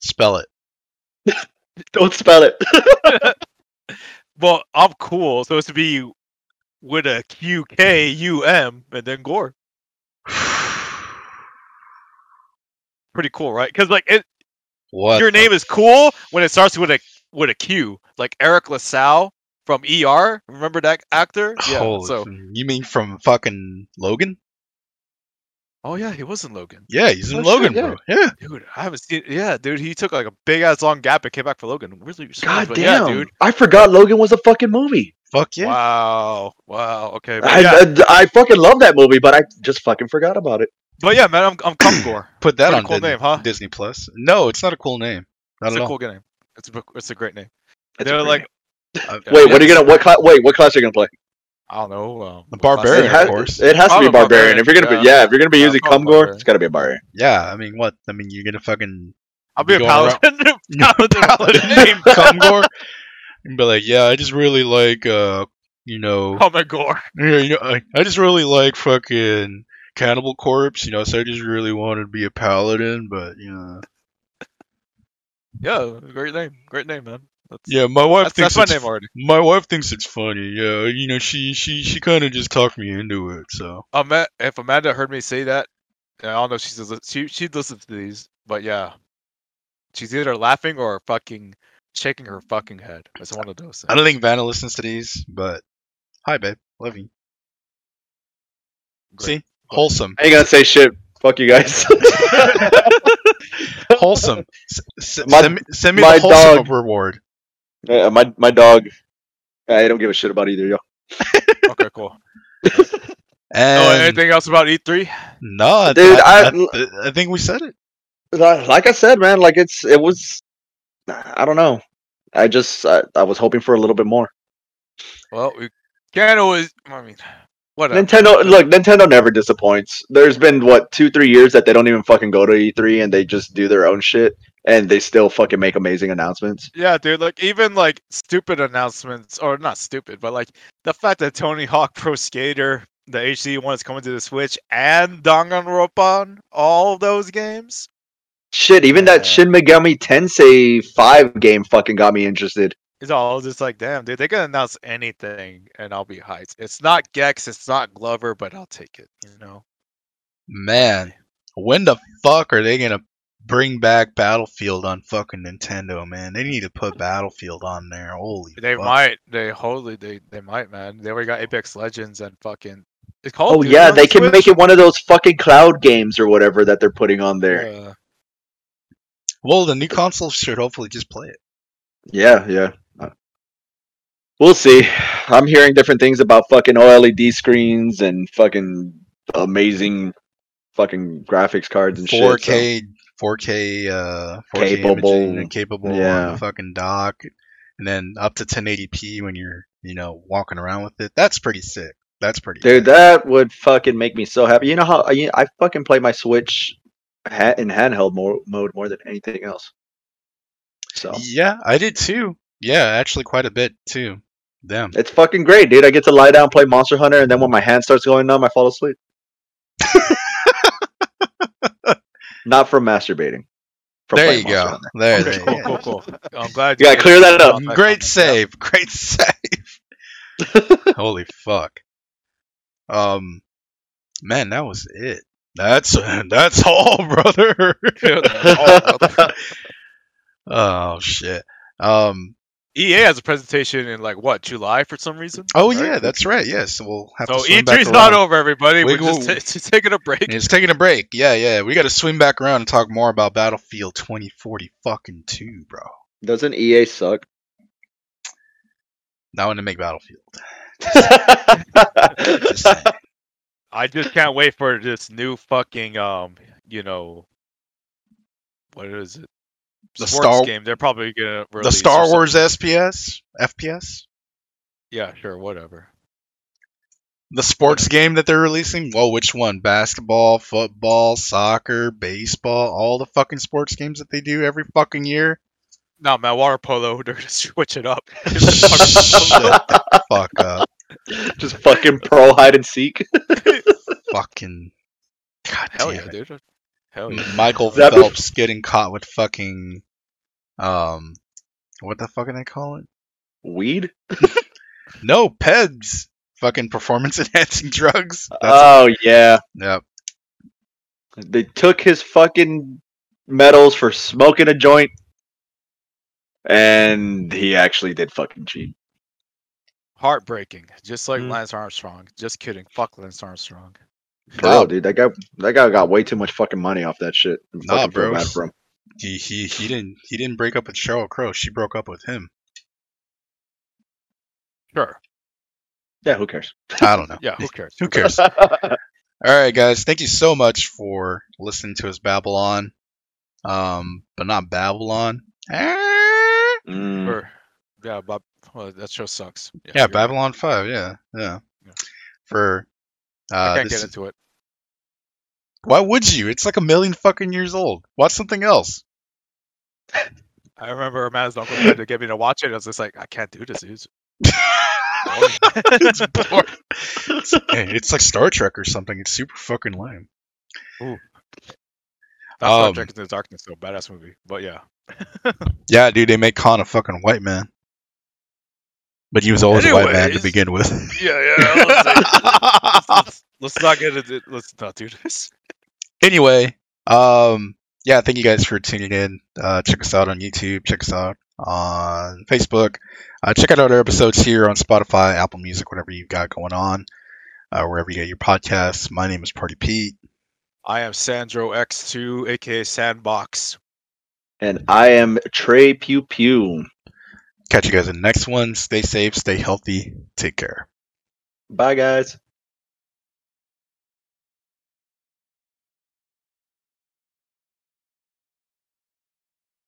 Spell it.
Don't spell it.
Well, I'm cool. So it's to be with a Q K U M and then Gore. Pretty cool, right? Because like it,
What
your
the-
name is cool when it starts with a with a Q, like Eric LaSalle from ER. Remember that actor? Yeah.
Holy
so,
f- you mean from fucking Logan?
oh yeah, he was in Logan,
Yeah, he's in
Oh, shit,
Logan,
yeah.
bro. Yeah.
dude. I haven't seen. Yeah, dude, he took like a big ass long gap and came back for Logan. Really, strange,
God
but
damn.
yeah, dude.
I forgot Logan was a fucking movie.
Fuck yeah.
Wow, wow. Okay, but
I,
yeah,
I, I fucking love that movie, but I just fucking forgot about it.
but yeah, man, I'm I'm Cum Gore.
Put that
Pretty
on
cool
Disney,
name, huh?
Disney Plus. No, it's not a cool name. Not
It's
at
a
all.
cool game. It's a it's a great name.
It's a
they're
great
like,
name.
Yeah,
Wait, what are
yeah.
you gonna? What class? Wait, what class are you gonna play?
I don't know. Um,
A
what class
barbarian,
is
it
of
that?
has,
course.
it has to
I'm
be
a
barbarian.
barbarian,
If you're gonna be,
yeah.
yeah, if you're gonna be
Yeah,
using
I'm a
Cumgore,
barbarian.
it's gotta be a barbarian.
Yeah, I mean, what? I mean, you're gonna fucking
I'll be a
You going around-
paladin. paladin, paladin name.
Cumgore and be like, yeah, I just really like, uh, you know,
Common Gore.
yeah, you know, I, I just really like fucking Cannibal Corpse, you know, so I just really wanted to be a paladin, but you know,
Yeah, great name. Great name, man. That's,
yeah, my wife thinks
that's, that's my
it's
name already.
my wife thinks it's funny. Yeah, you know, she she she kind of just talked me into it. So
Ama- if Amanda heard me say that, and I don't know if she's a, li- she she listens to these, but yeah, she's either laughing or fucking shaking her fucking head. It's one of those.
I don't think Vanna listens to these, but hi, babe. Love you.
Great.
See? Wholesome.
I ain't gonna say shit. Fuck you guys.
Wholesome. S- s-
My-
send, me, send me
my
the wholesome
dog.
reward.
Yeah, my my dog. I don't give a shit about either, yo.
things. Okay, cool. oh,
And
anything else about E3?
no,
Dude,
I,
I-
I- I think we said it.
Li- Like I said, man, like it's it was. I don't know. I just I, I was hoping for a little bit more.
Well, we can't always. I mean, whatever.
Nintendo, look, Nintendo never disappoints. There's been what two, three years that they don't even fucking go to E3 and they just do their own shit and they still fucking make amazing announcements.
Yeah, dude. Like even like stupid announcements, or not stupid, but like the fact that Tony Hawk Pro Skater, the HD one, is coming to the Switch, and Danganronpa, all those games.
Shit, even
Yeah.
that Shin Megami Tensei Five game fucking got me interested.
It's all just like, damn, dude. They can announce anything, and I'll be hyped. It's not Gex, it's not Glover, but I'll take it. You know.
Man, when the fuck are they gonna bring back Battlefield on fucking Nintendo? Man, they need to put Battlefield on there. Holy,
They
fuck.
might. They holy. They they might, man. They already got Apex Legends and fucking. It's called.
Oh, yeah, they can make it one of those fucking cloud games or whatever that they're putting on there.
Yeah.
Well, the new console should hopefully just play it.
Yeah, yeah. Uh, We'll see. I'm hearing different things about fucking OLED screens and fucking amazing fucking graphics cards and shit. so-
4K, 4K, uh, 4K capable,
Capable.
and capable on
Yeah.
the fucking dock, and then up to 1080p when you're you know walking around with it. That's pretty sick. That's pretty.
Dude,
sick.
that would fucking make me so happy. You know how I, I fucking play my Switch ha- in handheld mo- mode more than anything else. So
Yeah, I did too. Yeah, actually, quite a bit too. Damn.
it's fucking great, dude. I get to lie down, play Monster Hunter, and then when my hand starts going numb, I fall asleep. Not from masturbating. From
There
playing
you go.
Monster Hunter.
There,
Okay,
there.
Cool,
yeah.
cool, cool. I'm glad
You gotta
made
clear
it
that
about
up.
that
Great
comment.
save. Great save. Holy fuck. Um man, that was it. That's that's all, brother.
Yeah. Oh, well,
oh shit. Um
EA has E a presentation in like what July for some reason.
oh
right?
yeah, that's right. Yes, we'll have
So
to swim back
E3's not
around.
over, everybody.
We
We are just
go-
t- t- taking a break.
It's taking a break. Yeah, yeah. We got to swim back around and talk more about Battlefield 2040 fucking 2, bro.
Doesn't EA suck?
Now I want to make Battlefield. Just
Dude,
saying.
I just can't wait for this new fucking um, you know, what is it?
The
Sports
Star-
game. They're probably gonna release
the
or
Star
some-
Wars SPS, FPS,
Yeah, sure, whatever.
the sports game that they're releasing. Well, which one? Basketball, football, soccer, baseball, all the fucking sports games that they do every fucking year.
No, man, water polo. They're gonna switch it up.
Shut the fuck up.
Just fucking pro hide and seek.
Fucking God
Hell yeah,
damn it.
dude.
Mm.
Hell yeah.
Michael
That was-
Phelps getting caught with fucking um what the fuck are they call it?
Weed?
No, PEDs. Fucking performance enhancing drugs. That's
Oh yeah.
yep.
They took his fucking medals for smoking a joint, and he actually did fucking cheat.
Heartbreaking. Just like
Mm.
Lance Armstrong. Just kidding. Fuck Lance Armstrong.
Bro,
Nah.
dude, that guy, that guy got way too much fucking money off that shit. I'm
Nah,
fucking feel
bro.
bad for him.
He, he he didn't he didn't break up with Cheryl Crow. She broke up with him.
Sure.
Yeah, who cares?
I don't know.
Yeah, who cares?
Who cares? All right, guys. Thank you so much for listening to us Babylon, um, but not Babylon. Ah!
Mm.
Or- yeah, Bob. Well, that show sucks. Yeah,
Yeah,
you're right.
Babylon Five. Yeah, yeah.
Yeah.
For
I
uh,
can't
this-
get into it.
why would you? It's like a million fucking years old. Watch something else.
I remember Matt's uncle tried to get me to watch it. I was just like, I can't do this. It's boring.
it's boring. It's, hey, it's like Star Trek or something. It's super fucking lame.
That's
Um,
not Trek Into the Darkness, though. Badass movie. But yeah.
Yeah, dude. They make Khan a fucking white man, but he was always a white man to
Anyways.
begin with.
Yeah, yeah. let's, let's not get into Let's not do this.
anyway, um, yeah, thank you guys for tuning in. Uh, check us out on YouTube. Check us out on Facebook. Uh, check out other episodes here on Spotify, Apple Music, whatever you've got going on, uh, wherever you get your podcasts. My name is Party Pete.
I am Sandro X2, aka Sandbox.
And I am Trey Pew Pew.
Catch you guys in the next one. Stay safe, stay healthy, take care.
Bye, guys.